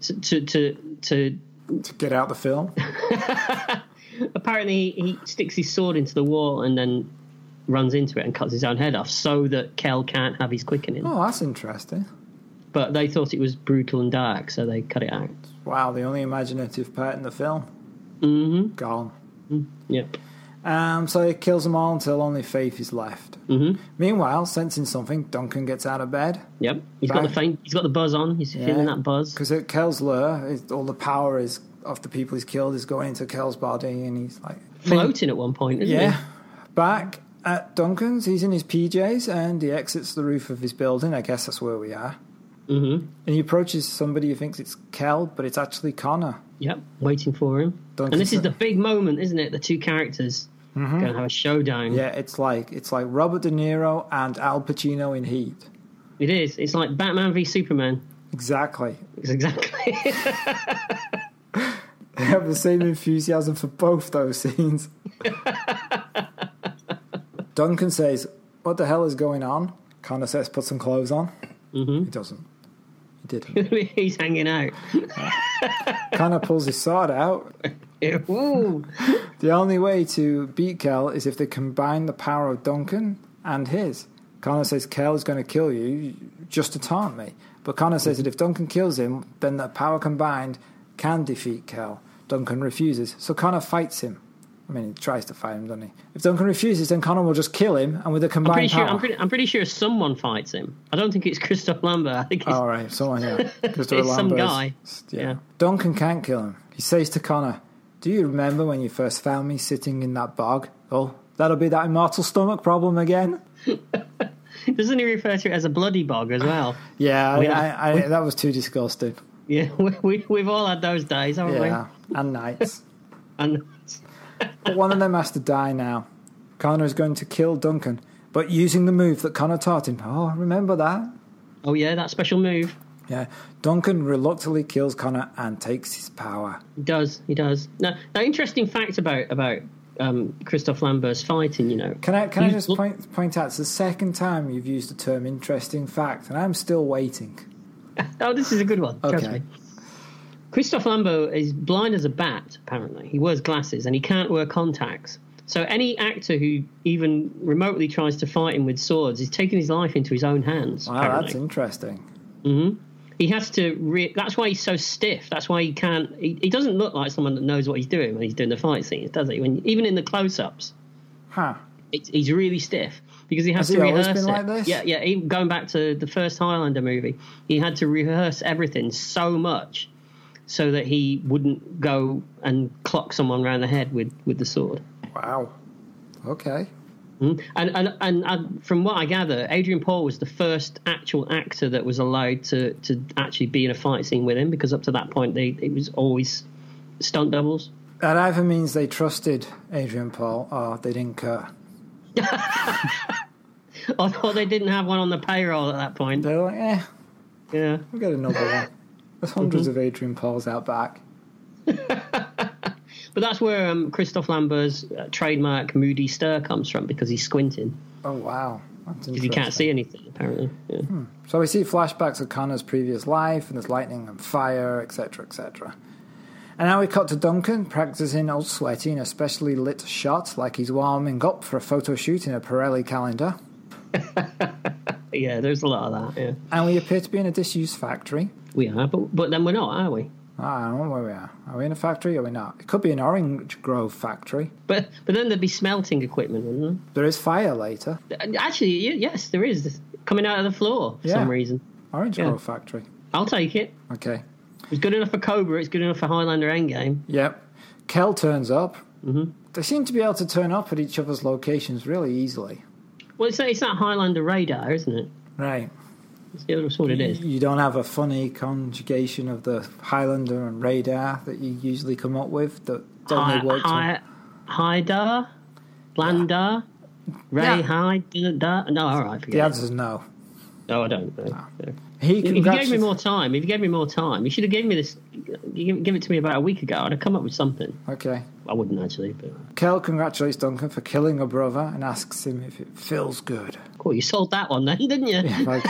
Speaker 2: to to to,
Speaker 1: to, to get out the film.
Speaker 2: Apparently, he, he, sticks his sword into the wall and then runs into it and cuts his own head off so that Kel can't have his quickening.
Speaker 1: Oh, that's interesting.
Speaker 2: But they thought it was brutal and dark, so they cut it out.
Speaker 1: Wow, the only imaginative part in the film.
Speaker 2: Mm-hmm.
Speaker 1: Gone.
Speaker 2: Mm, yep.
Speaker 1: Um, so he kills them all until only Faith is left.
Speaker 2: Mm-hmm.
Speaker 1: Meanwhile, sensing something, Duncan gets out of bed.
Speaker 2: Yep, he's Back. got the faint, he's got the buzz on. He's yeah. feeling that buzz
Speaker 1: because at Kel's lure, all the power is of the people he's killed is going into Kel's body, and he's like
Speaker 2: floating at one point.
Speaker 1: yeah.
Speaker 2: He?
Speaker 1: Back at Duncan's, he's in his PJs and he exits the roof of his building. I guess that's where we are.
Speaker 2: Mm-hmm.
Speaker 1: And he approaches somebody who thinks it's Kel, but it's actually Connor.
Speaker 2: Yep, waiting for him. Duncan's and this is the big moment, isn't it? The two characters mm-hmm. going to have a showdown.
Speaker 1: Yeah, it's like it's like Robert De Niro and Al Pacino in Heat.
Speaker 2: It is. It's like Batman v Superman.
Speaker 1: Exactly.
Speaker 2: It's exactly.
Speaker 1: they have the same enthusiasm for both those scenes. Duncan says, "What the hell is going on?" Connor says, "Put some clothes on."
Speaker 2: Mm-hmm.
Speaker 1: He doesn't. He didn't.
Speaker 2: He's hanging out.
Speaker 1: Connor pulls his sword out.
Speaker 2: Ooh.
Speaker 1: the only way to beat Kel is if they combine the power of Duncan and his. Connor says Kel is going to kill you just to taunt me. But Connor says that if Duncan kills him, then that power combined can defeat Kel. Duncan refuses, so Connor fights him. I mean, he tries to fight him, doesn't he? If Duncan refuses, then Connor will just kill him, and with a combined
Speaker 2: I'm pretty,
Speaker 1: power...
Speaker 2: sure, I'm, pretty, I'm pretty sure someone fights him. I don't think it's Christoph Lambert. I think it's...
Speaker 1: All oh, right, someone, yeah.
Speaker 2: Christoph it's some guy.
Speaker 1: Yeah. yeah. Duncan can't kill him. He says to Connor, do you remember when you first found me sitting in that bog? Oh, that'll be that immortal stomach problem again.
Speaker 2: Doesn't he refer to it as a bloody bog as well?
Speaker 1: yeah, we I, I, I, that was too disgusting.
Speaker 2: Yeah, we, we, have all had those days, haven't
Speaker 1: yeah, we? Yeah, and nights.
Speaker 2: And
Speaker 1: But one of them has to die now. Connor is going to kill Duncan, but using the move that Connor taught him. Oh, remember that?
Speaker 2: oh yeah, that special move.
Speaker 1: Yeah. Duncan reluctantly kills Connor and takes his power.
Speaker 2: He does. He does. Now, now interesting fact about about um, Christoph Lambert's fighting. You know,
Speaker 1: Can I can I
Speaker 2: You-
Speaker 1: just point point out it's the second time you've used the term interesting fact, and I'm still waiting.
Speaker 2: Oh, this is a good one. Trust
Speaker 1: Okay.
Speaker 2: me. Christoph Lambo is blind as a bat, apparently. He wears glasses and he can't wear contacts. So any actor who even remotely tries to fight him with swords is taking his life into his own hands.
Speaker 1: Wow,
Speaker 2: apparently.
Speaker 1: that's interesting.
Speaker 2: He has to. Re- that's why he's so stiff. That's why he can't. He, he doesn't look like someone that knows what he's doing when he's doing the fight scenes, does he? When even in the close-ups,
Speaker 1: Huh.
Speaker 2: it's, he's really stiff because he has,
Speaker 1: Has
Speaker 2: to
Speaker 1: he always
Speaker 2: rehearse
Speaker 1: been
Speaker 2: it.
Speaker 1: like this?
Speaker 2: Yeah, yeah. He, going back to the first Highlander movie, he had to rehearse everything so much so that he wouldn't go and clock someone round the head with, with the sword.
Speaker 1: Wow. Okay.
Speaker 2: Mm. And, and, and and from what I gather, Adrian Paul was the first actual actor that was allowed to, to actually be in a fight scene with him because up to that point, they, it was always stunt doubles.
Speaker 1: That either means they trusted Adrian Paul or they didn't care.
Speaker 2: Although they didn't have one on the payroll at that point.
Speaker 1: They're like, eh,
Speaker 2: Yeah.
Speaker 1: we got another one. There's 100s of Adrian Pauls out back.
Speaker 2: But that's where um, Christoph Lambert's uh, trademark moody stir comes from because he's squinting
Speaker 1: Oh wow, that's
Speaker 2: because he
Speaker 1: interesting.
Speaker 2: can't see anything apparently. Yeah.
Speaker 1: So we see flashbacks of Connor's previous life, and there's lightning and fire, etc., etc. And now we cut to Duncan practicing all sweaty in a specially lit shot, like he's warming up for a photo shoot in a Pirelli calendar.
Speaker 2: But yeah, there's a lot of that. Yeah,
Speaker 1: And we appear to be in a disused factory. Ah,
Speaker 2: we are, but but then we're not, are we?
Speaker 1: I don't know where we are. Are we in a factory or are we not? It could be an orange grove factory.
Speaker 2: But but then there'd be smelting equipment, wouldn't
Speaker 1: There is fire later.
Speaker 2: there? And Actually, y- yes, there is coming out of the floor for
Speaker 1: Yeah.
Speaker 2: some reason.
Speaker 1: Orange
Speaker 2: Yeah.
Speaker 1: grove factory.
Speaker 2: I'll take it.
Speaker 1: Okay.
Speaker 2: It's good enough for Cobra. It's good enough for Highlander Endgame.
Speaker 1: Yep. Kel turns up. Mm-hmm. They seem to be able to turn up at each other's locations really easily.
Speaker 2: Well, it's that, it's that Highlander radar, isn't it?
Speaker 1: Right.
Speaker 2: Yeah, That's what it is.
Speaker 1: You don't have a funny conjugation of the Highlander and radar that you usually come up with that don't
Speaker 2: Hi,
Speaker 1: really work. to-
Speaker 2: hi, Hydar, Landar, Ray
Speaker 1: Yeah.
Speaker 2: Hydar. No, all right, forget
Speaker 1: the
Speaker 2: it.
Speaker 1: answer is no.
Speaker 2: No, I don't. know.
Speaker 1: He
Speaker 2: If you gave me
Speaker 1: congratu-
Speaker 2: more time, if you gave me more time, you should have given me this. You give- give it to me about a week ago. I'd have come up with something.
Speaker 1: Okay.
Speaker 2: I wouldn't actually, but
Speaker 1: Kel congratulates Duncan for killing a brother and asks him if it feels good.
Speaker 2: cool. You sold that one then, didn't you?
Speaker 1: Like,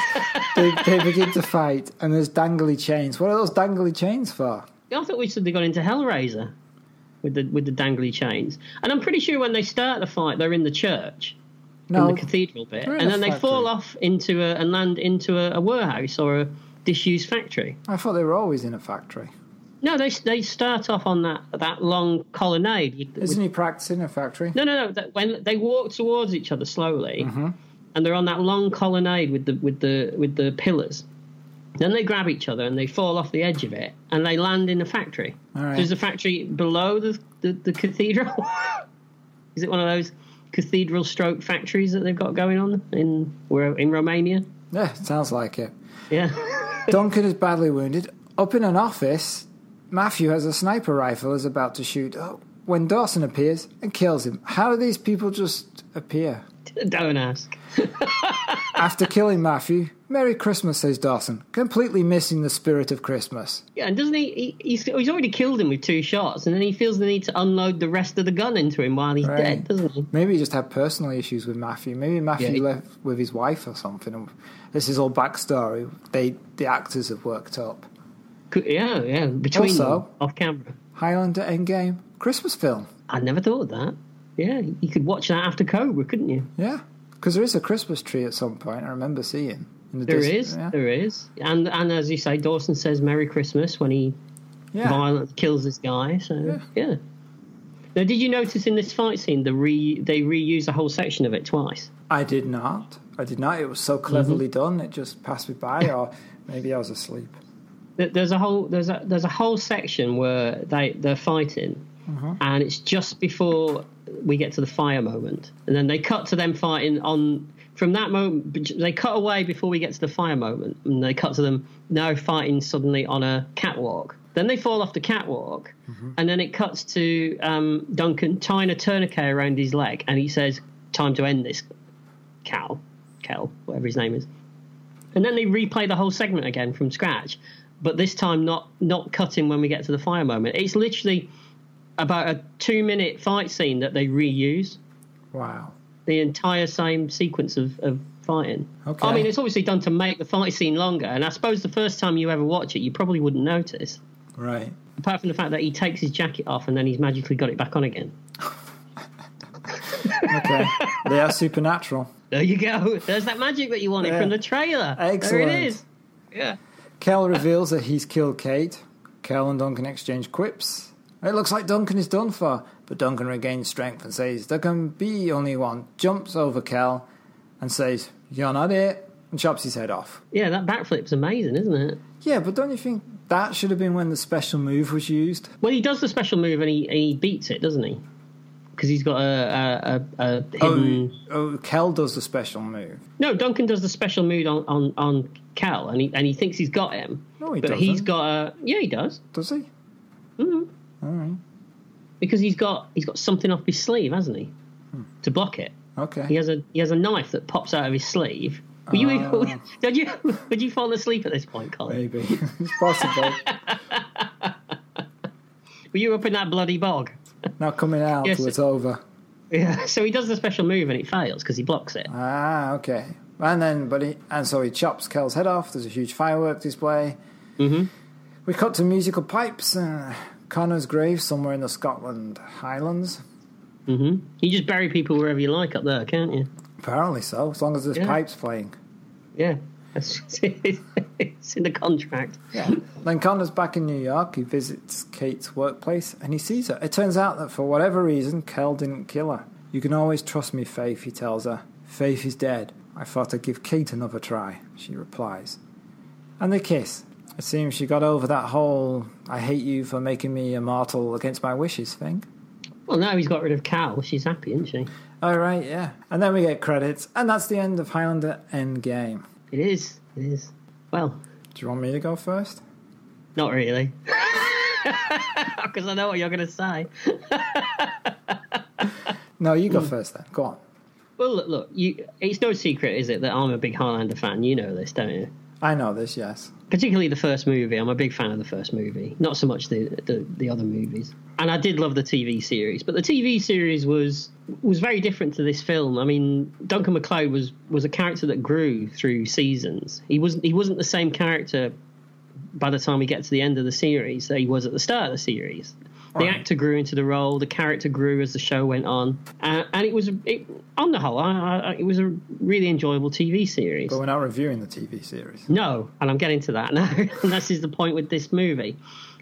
Speaker 1: they, they begin to fight, and there's dangly chains. What are those dangly chains for?
Speaker 2: I thought we should have gone into Hellraiser with the with the dangly chains. And I'm pretty sure when they start the fight, they're in the church,
Speaker 1: No,
Speaker 2: Oh, in the cathedral bit,
Speaker 1: They're in
Speaker 2: and
Speaker 1: a
Speaker 2: then they
Speaker 1: factory.
Speaker 2: fall off into a, and land into a, a warehouse or a disused factory.
Speaker 1: I thought they were always in a factory.
Speaker 2: No, they they start off on that that long colonnade. With, with,
Speaker 1: Isn't he practicing a factory?
Speaker 2: no, no, no. That when they walk towards each other slowly,
Speaker 1: Mm-hmm.
Speaker 2: and they're on that long colonnade with the with the with the pillars. Then they grab each other and they fall off the edge of it and they land in a factory.
Speaker 1: All right.
Speaker 2: There's a factory below the the, the cathedral. Is it one of those cathedral stroke factories that they've got going on in where in Romania?
Speaker 1: Yeah, sounds like it.
Speaker 2: Yeah.
Speaker 1: Duncan is badly wounded. Up in an office, Matthew has a sniper rifle is about to shoot oh, when Dawson appears and kills him. How do these people just appear?
Speaker 2: Don't ask.
Speaker 1: After killing Matthew, Merry Christmas, says Dawson, completely missing the spirit of Christmas.
Speaker 2: Yeah, and doesn't he, he? He's he's already killed him with two shots, and then he feels the need to unload the rest of the gun into him while he's
Speaker 1: Right.
Speaker 2: dead, doesn't he?
Speaker 1: Maybe he just had personal issues with Matthew. Maybe Matthew
Speaker 2: Yeah, he-
Speaker 1: left with his wife or something. And this is all backstory. They the actors have worked up.
Speaker 2: Could- Yeah, yeah. Between
Speaker 1: Also-
Speaker 2: them, off camera,
Speaker 1: Highlander Endgame Christmas film.
Speaker 2: I never thought of that. Yeah, you could watch that after Cobra, couldn't you?
Speaker 1: Yeah, because there is a Christmas tree at some point. I remember seeing. In the
Speaker 2: There
Speaker 1: dis-
Speaker 2: is,
Speaker 1: yeah.
Speaker 2: there is, and and as you say, Dawson says "Merry Christmas" when he
Speaker 1: Yeah.
Speaker 2: violent kills this guy. So yeah. Now, did you notice in this fight scene the re they reuse a whole section of it twice?
Speaker 1: I did not. I did not. It was so cleverly
Speaker 2: Mm-hmm.
Speaker 1: done. It just passed me by, or maybe I was asleep.
Speaker 2: There- There's a whole there's a there's a whole section where they they're fighting, and it's just before we get to the fire moment, and then they cut to them fighting on. From that moment, they cut away before we get to the fire moment, and they cut to them now fighting suddenly on a catwalk. Then they fall off the catwalk, and then it cuts to um, Duncan tying a tourniquet around his leg, and he says, "Time to end this, Cal, Kel, whatever his name is." And then they replay the whole segment again from scratch, but this time not not cutting when we get to the fire moment. It's literally about a two-minute fight scene that they reuse
Speaker 1: Wow.
Speaker 2: the entire same sequence of, of fighting.
Speaker 1: Okay.
Speaker 2: I mean, it's obviously done to make the fight scene longer, and I suppose the first time you ever watch it, you probably wouldn't notice,
Speaker 1: Right.
Speaker 2: apart from the fact that he takes his jacket off and then he's magically got it back on again.
Speaker 1: Okay. they are supernatural.
Speaker 2: There you go. There's that magic that you wanted
Speaker 1: Yeah.
Speaker 2: from the trailer.
Speaker 1: Excellent.
Speaker 2: There it is. Yeah.
Speaker 1: Kel reveals that he's killed Kate. Kel and Duncan exchange quips. It looks like Duncan is done for, but Duncan regains strength and says there can be only one. Jumps over Kel and says, You're not it, and chops his head off.
Speaker 2: Yeah, that backflip's amazing, isn't it?
Speaker 1: Yeah, but don't you think that should have been when the special move was used?
Speaker 2: Well, he does the special move and he, and he beats it, doesn't he? Because he's got a, a, a, a hidden.
Speaker 1: Oh, Kel does the special move.
Speaker 2: No, Duncan does the special move on, on, on Cal and he, and he thinks he's got him.
Speaker 1: No, he
Speaker 2: but
Speaker 1: doesn't.
Speaker 2: he's got a. Yeah, he does.
Speaker 1: Does he?
Speaker 2: because he's got he's got something off his sleeve, hasn't he?
Speaker 1: Hmm.
Speaker 2: To block it,
Speaker 1: Okay.
Speaker 2: he has a he has a knife that pops out of his sleeve. Were you
Speaker 1: Ah.
Speaker 2: even, did you would you fall asleep at this point, Colin?
Speaker 1: Maybe. it's possible.
Speaker 2: Were you up in that bloody bog?
Speaker 1: now coming out
Speaker 2: Yes,
Speaker 1: till
Speaker 2: it-
Speaker 1: it's over.
Speaker 2: Yeah. So he does the special move and it fails because he blocks it.
Speaker 1: Ah, okay. And then, but he, and so he chops Kel's head off. There's a huge firework display. Mm-hmm. We cut to musical pipes. Uh, Connor's grave somewhere in the Scotland Highlands.
Speaker 2: You just bury people wherever you like up there, can't you?
Speaker 1: Apparently so, as long as there's
Speaker 2: Yeah.
Speaker 1: pipes playing.
Speaker 2: Yeah. That's, it's in the contract.
Speaker 1: Yeah. then Connor's back in New York. He visits Kate's workplace and he sees her. It turns out that for whatever reason, Kel didn't kill her. You can always trust me, Faith, he tells her. Faith is dead. I thought I'd give Kate another try, she replies. And they kiss. It seems she got over that whole I hate you for making me immortal against my wishes thing.
Speaker 2: Well, now he's got rid of Cal. She's happy, isn't she?
Speaker 1: All right, yeah. And then we get credits, and that's the end of Highlander Endgame.
Speaker 2: It is. It is. Well,
Speaker 1: Do you want me to go first?
Speaker 2: not really. Because I know what you're going to say.
Speaker 1: No, you go first then. Go on.
Speaker 2: Well, look, look you, it's no secret, is it, that I'm a big Highlander fan? You know this, don't you?
Speaker 1: I know this, yes.
Speaker 2: Particularly the first movie. I'm a big fan of the first movie, not so much the, the, the other movies. And I did love the TV series, but the TV series was was very different to this film. I mean, Duncan MacLeod was was a character that grew through seasons. He wasn't he wasn't the same character by the time we get to the end of the series that he was at the start of the series. The actor grew into the role, the character grew as the show went on, uh, and it was it, on the whole, I, I, it was a really enjoyable TV series.
Speaker 1: But we're not reviewing the TV series.
Speaker 2: No, and I'm getting to that now. and this is the point with this movie.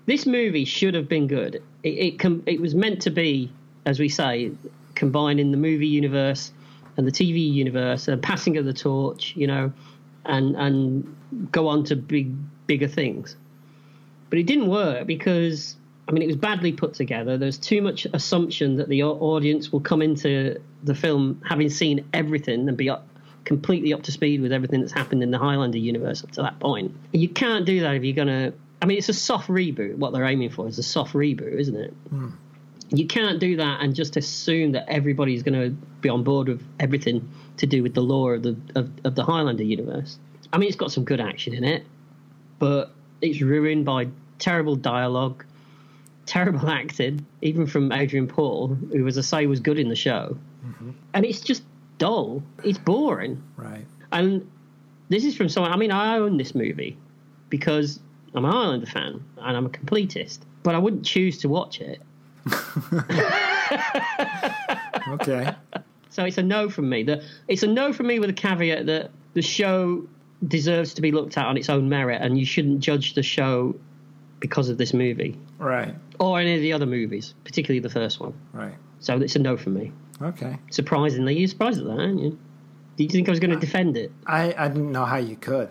Speaker 2: This movie should have been good. It it, com- it was meant to be, as we say, combining the movie universe and the TV universe, and passing of the torch, you know, and and go on to big bigger things. But it didn't work because I mean it was badly put together. There's too much assumption that the au- audience will come into the film having seen everything and be up, completely up to speed with everything that's happened in the Highlander universe up to that point. And you can't do that if you're gonna. I mean, it's a soft reboot. What they're aiming for is a soft reboot, isn't it? You can't do that and just assume that everybody's going to be on board with everything to do with the lore of the of, of the Highlander universe. I mean, it's got some good action in it, but it's ruined by terrible dialogue, terrible acting, even from Adrian Paul, who, as I say, was good in the show. And it's just dull. It's boring.
Speaker 1: Right.
Speaker 2: And this is from someone. I mean, I own this movie because I'm an Islander fan and I'm a completist, but I wouldn't choose to watch it.
Speaker 1: Okay.
Speaker 2: So it's a no from me. The, it's a no from me with a caveat that the show deserves to be looked at on its own merit, and you shouldn't judge the show because of this movie
Speaker 1: right.
Speaker 2: or any of the other movies, particularly the first one.
Speaker 1: Right.
Speaker 2: So it's a no from me.
Speaker 1: Okay.
Speaker 2: Surprisingly, you're surprised at that, aren't you? Did you think I was going to defend it?
Speaker 1: I, I didn't know how you could.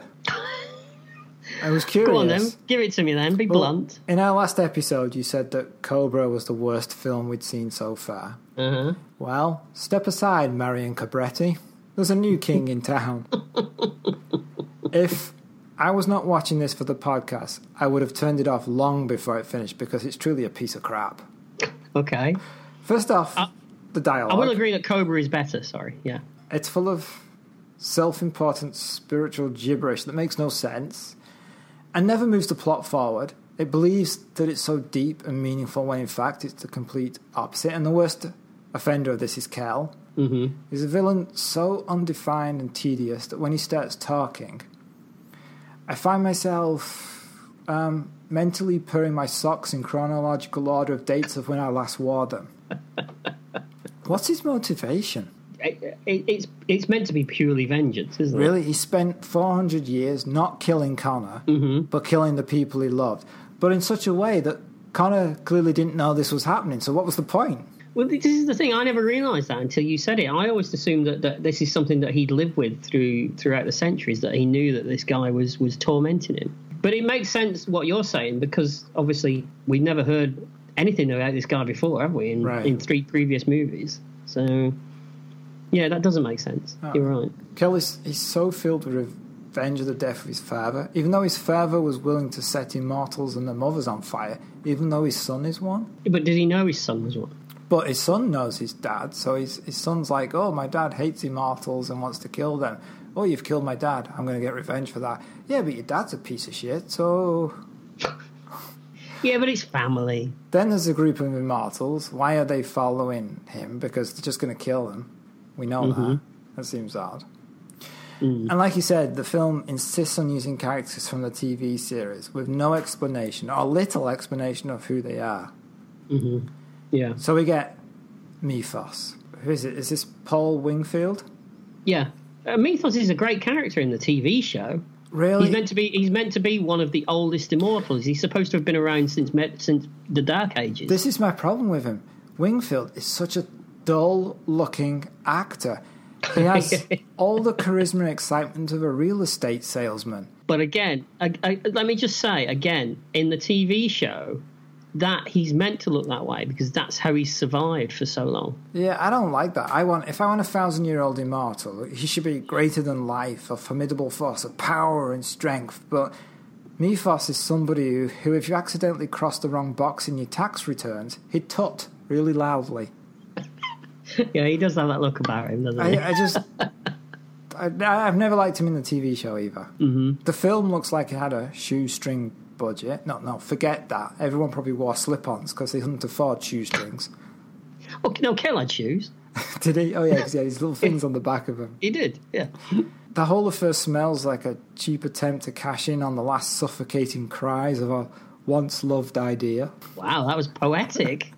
Speaker 1: I was curious.
Speaker 2: Go on then, give it to me then. Be
Speaker 1: Well,
Speaker 2: blunt.
Speaker 1: In our last episode, you said that Cobra was the worst film we'd seen so far.
Speaker 2: Uh-huh.
Speaker 1: Well, step aside, Marion Cabretti. There's a new king in town. if I was not watching this for the podcast. I would have turned it off long before it finished because it's truly a piece of crap.
Speaker 2: Okay.
Speaker 1: First off, the dialogue.
Speaker 2: Uh, I will agree that Cobra is better, sorry. Yeah.
Speaker 1: It's full of self important spiritual gibberish that makes no sense and never moves the plot forward. It believes that it's so deep and meaningful when in fact it's the complete opposite. And the worst offender of this is Kel.
Speaker 2: Mm-hmm.
Speaker 1: He's a villain so undefined and tedious that when he starts talking, I find myself um, mentally purring my socks in chronological order of dates of when I last wore them. What's his motivation?
Speaker 2: It, it, it's it's meant to be purely vengeance, isn't
Speaker 1: Really, he spent 400 years not killing Connor, but killing the people he loved, but in such a way that Connor clearly didn't know this was happening. So what was the point?
Speaker 2: it? Well, this is the thing. I never realised that until you said it. I always assumed that, that this is something that he'd lived with through throughout the centuries. That he knew that this guy was was tormenting him. But it makes sense what you're saying because obviously we've never heard anything about this guy before, have we? In,
Speaker 1: Right.
Speaker 2: in three previous movies, so yeah, that doesn't make sense. You're right.
Speaker 1: Kel is he's so filled with revenge of the death of his father, even though his father was willing to set immortals and their mothers on fire, even though his son is one.
Speaker 2: But did he know his son was one?
Speaker 1: But his son knows his dad, so his, his son's like, Oh, my dad hates immortals and wants to kill them. Oh, you've killed my dad. I'm going to get revenge for that. Yeah, but your dad's a piece of shit, so.
Speaker 2: Yeah, but it's family.
Speaker 1: Then there's a group of immortals. Why are they following him? Because they're just going to kill them. We know that. That seems odd. And like you said, the film insists on using characters from the TV series with no explanation or little explanation of who they are.
Speaker 2: Yeah,
Speaker 1: So we get Mephos. Who is it? Is this Paul Wingfield?
Speaker 2: yeah. Uh, Mythos is a great character in the TV show.
Speaker 1: Really?
Speaker 2: He's meant to be. He's meant to be one of the oldest immortals. He's supposed to have been around since Met, since the Dark Ages.
Speaker 1: This is my problem with him. Wingfield is such a dull looking actor. He has all the charisma and excitement of a real estate salesman.
Speaker 2: but again, I, I, let me just say again in the TV show that he's meant to look that way because that's how he's survived for so long.
Speaker 1: Yeah, I don't like that. I want if I want a thousand year old immortal, he should be greater than life, a formidable force of power and strength. But Mephos is somebody who, who if you accidentally cross the wrong box in your tax returns, he'd tut really loudly.
Speaker 2: yeah, he does have that look about him, doesn't he?
Speaker 1: I, I just. I, I've never liked him in the TV show either. Mm-hmm. The film looks like it had a shoestring budget. No, no, forget that. Everyone probably wore slip-ons because they couldn't afford shoestrings.
Speaker 2: oh, no, Kel had shoes.
Speaker 1: Did he? Oh yeah, 'cause he had these little things on the back of him.
Speaker 2: He did. Yeah.
Speaker 1: The whole affair smells like a cheap attempt to cash in on the last suffocating cries of a once loved idea.
Speaker 2: Wow, that was poetic.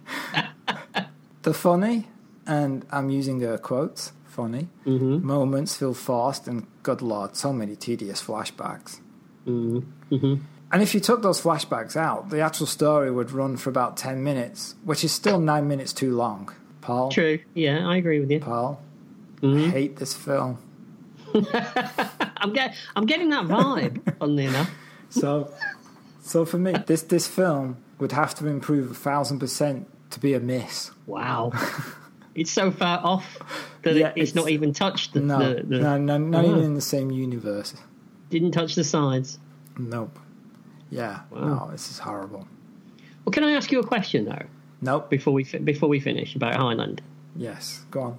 Speaker 1: The funny, and I'm using air quotes, funny, moments feel forced, and good lord, so many tedious flashbacks. And if you took those flashbacks out, the actual story would run for about 10 minutes, which is still nine minutes too long. Paul,
Speaker 2: True. Yeah, I agree with you.
Speaker 1: Paul, I hate this film.
Speaker 2: I'm get, I'm getting that vibe. funnily enough.
Speaker 1: So, so for me, this, this film would have to improve a thousand percent to be a miss.
Speaker 2: Wow. It's so far off that
Speaker 1: Yeah,
Speaker 2: it, it's,
Speaker 1: it's-
Speaker 2: not even touched the,
Speaker 1: No,
Speaker 2: the, the
Speaker 1: no, no, not even
Speaker 2: Oh.
Speaker 1: in the same universe.
Speaker 2: didn't touch the sides.
Speaker 1: Nope. Yeah, no, this is horrible.
Speaker 2: Well, can I ask you a question though
Speaker 1: Nope.
Speaker 2: before we fi- before we finish about Highland?
Speaker 1: Yes, go on.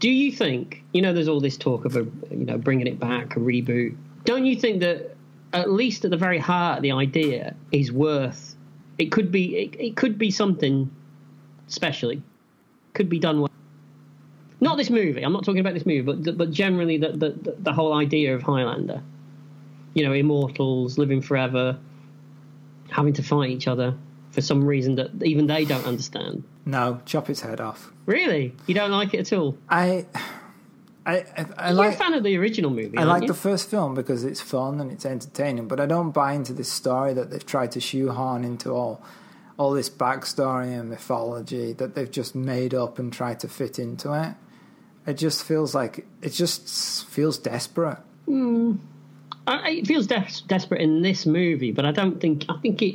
Speaker 2: Do you think you know? There's all this talk of a you know bringing it back, a reboot. Don't you think that at least at the very heart, the idea is worth? It could be it, it could be something special. It could be done well. Not this movie. I'm not talking about this movie, but but generally the the, the whole idea of Highlander. You know, immortals living forever, having to fight each other for some reason that even they don't understand.
Speaker 1: No, chop its head off.
Speaker 2: Really, you don't like it at all.
Speaker 1: I, I, I, I
Speaker 2: You're
Speaker 1: like.
Speaker 2: a fan of the original movie.
Speaker 1: I
Speaker 2: aren't
Speaker 1: like
Speaker 2: you?
Speaker 1: the first film because it's fun and it's entertaining, but I don't buy into this story that they've tried to shoehorn into all, all this backstory and mythology that they've just made up and tried to fit into it. It just feels like it just feels desperate.
Speaker 2: I, it feels des- desperate in this movie, but I don't think I think it.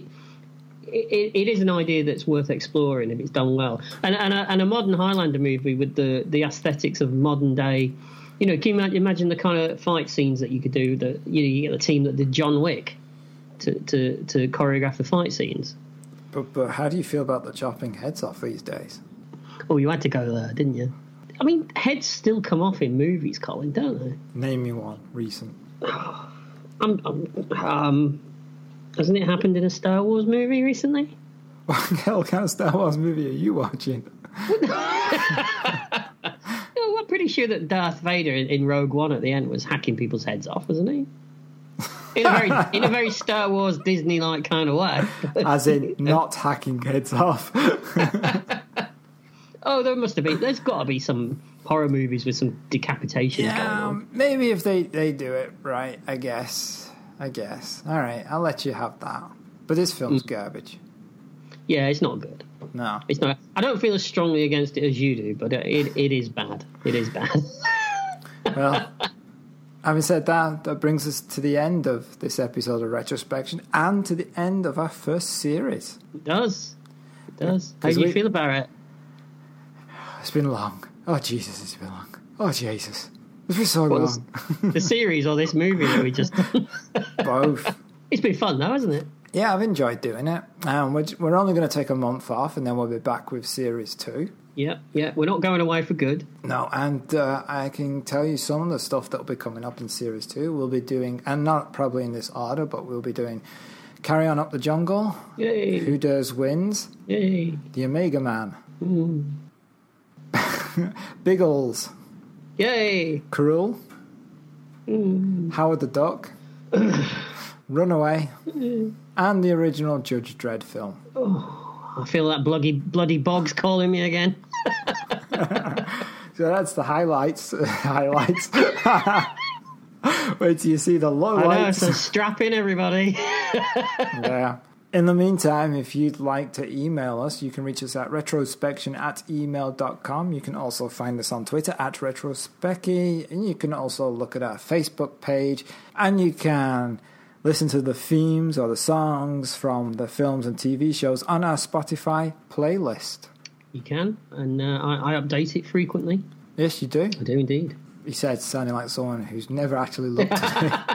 Speaker 2: It, it is an idea that's worth exploring if it's done well, and and a, and a modern Highlander movie with the, the aesthetics of modern day you know, can you ima- imagine the kind of fight scenes that you could do? That you know, you get the team that did John Wick to to, to choreograph the fight scenes.
Speaker 1: But, but how do you feel about the chopping heads off these days?
Speaker 2: Oh, you had to go there, didn't you? I mean, heads still come off in movies, Colin, don't they?
Speaker 1: Name me one recent.
Speaker 2: Um, um, um, hasn't it happened in a Star Wars movie recently?
Speaker 1: What the hell kind of Star Wars movie are you watching?
Speaker 2: Well, I'm pretty sure that Darth Vader in, in Rogue One at the end was hacking people's heads off, wasn't he? In a very in a very Star Wars Disney like kind of way.
Speaker 1: As in, not hacking heads off.
Speaker 2: oh, there must have been. There's got to be some horror movies with some decapitation.
Speaker 1: Yeah, um, maybe if they, they do it right, I guess. I guess. All right, I'll let you have that. But this film's garbage.
Speaker 2: Yeah, it's not good.
Speaker 1: No.
Speaker 2: It's not. I don't feel as strongly against it as you do, but it it is bad. It is bad.
Speaker 1: Well, having said that, that brings us to the end of this episode of Retrospection and to the end of our first series.
Speaker 2: It does. It does. How do you
Speaker 1: we-
Speaker 2: feel about it?
Speaker 1: It's been long. Oh, Jesus, it's been long. Oh, Jesus. It's been so
Speaker 2: Well,
Speaker 1: long.
Speaker 2: The series or this movie that we just
Speaker 1: Both.
Speaker 2: It's been fun though, hasn't it?
Speaker 1: Yeah, I've enjoyed doing it. Um, we're, we're only going to take a month off and then we'll be back with series two.
Speaker 2: Yeah, yeah. We're not going away for good.
Speaker 1: No, and uh, I can tell you some of the stuff that'll be coming up in series two. We'll be doing, and not probably in this order, but we'll be doing Carry On Up the Jungle,
Speaker 2: Yay.
Speaker 1: Who Dares Wins,
Speaker 2: Yay.
Speaker 1: The Omega Man, Biggles,
Speaker 2: Yay.
Speaker 1: Cruel, Howard the Duck, Runaway, and the original Judge Dredd film.
Speaker 2: I feel that bloody bloody bog's calling me again.
Speaker 1: So that's the highlights. highlights. Wait till you see the
Speaker 2: I know,
Speaker 1: lowlights.
Speaker 2: so strap in everybody.
Speaker 1: Yeah. In the meantime, if you'd like to email us, you can reach us at retrospection at email.com. You can also find us on Twitter at retrospecky. And you can also look at our Facebook page. And you can listen to the themes or the songs from the films and TV shows on our Spotify playlist.
Speaker 2: you can, and uh, I, I update it frequently.
Speaker 1: Yes, you do.
Speaker 2: I do indeed.
Speaker 1: He said, sounding like someone who's never actually looked at it.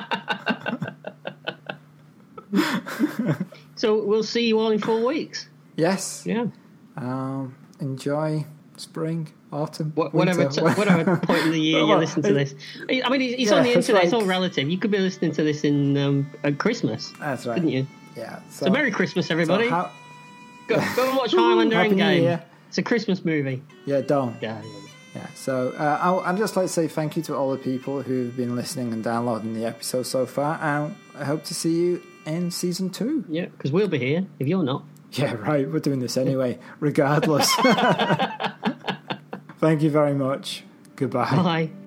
Speaker 2: So we'll see you all in four weeks.
Speaker 1: Yes.
Speaker 2: Yeah,
Speaker 1: Um, enjoy spring, autumn,
Speaker 2: Wha- whatever
Speaker 1: winter,
Speaker 2: t- whatever point in the year you
Speaker 1: Well,
Speaker 2: listen to this. I mean, it's, it's
Speaker 1: Yeah,
Speaker 2: on the
Speaker 1: it's
Speaker 2: internet. It's
Speaker 1: like-
Speaker 2: all relative. You could be listening to this in um, at Christmas,
Speaker 1: That's right.
Speaker 2: couldn't you?
Speaker 1: Yeah. So,
Speaker 2: So Merry Christmas,
Speaker 1: so
Speaker 2: everybody.
Speaker 1: how-
Speaker 2: go, go and watch Highlander
Speaker 1: Happy New
Speaker 2: Endgame.
Speaker 1: Year.
Speaker 2: It's a Christmas movie.
Speaker 1: Yeah, don't. Yeah.
Speaker 2: Yeah.
Speaker 1: So uh, I'll, I'd just like to say thank you to all the people who've been listening and downloading the episode so far, and I hope to see you in season two.
Speaker 2: Yeah, because we'll be here if you're not.
Speaker 1: Yeah, right. We're doing this anyway, regardless. thank you very much. Goodbye.
Speaker 2: Bye.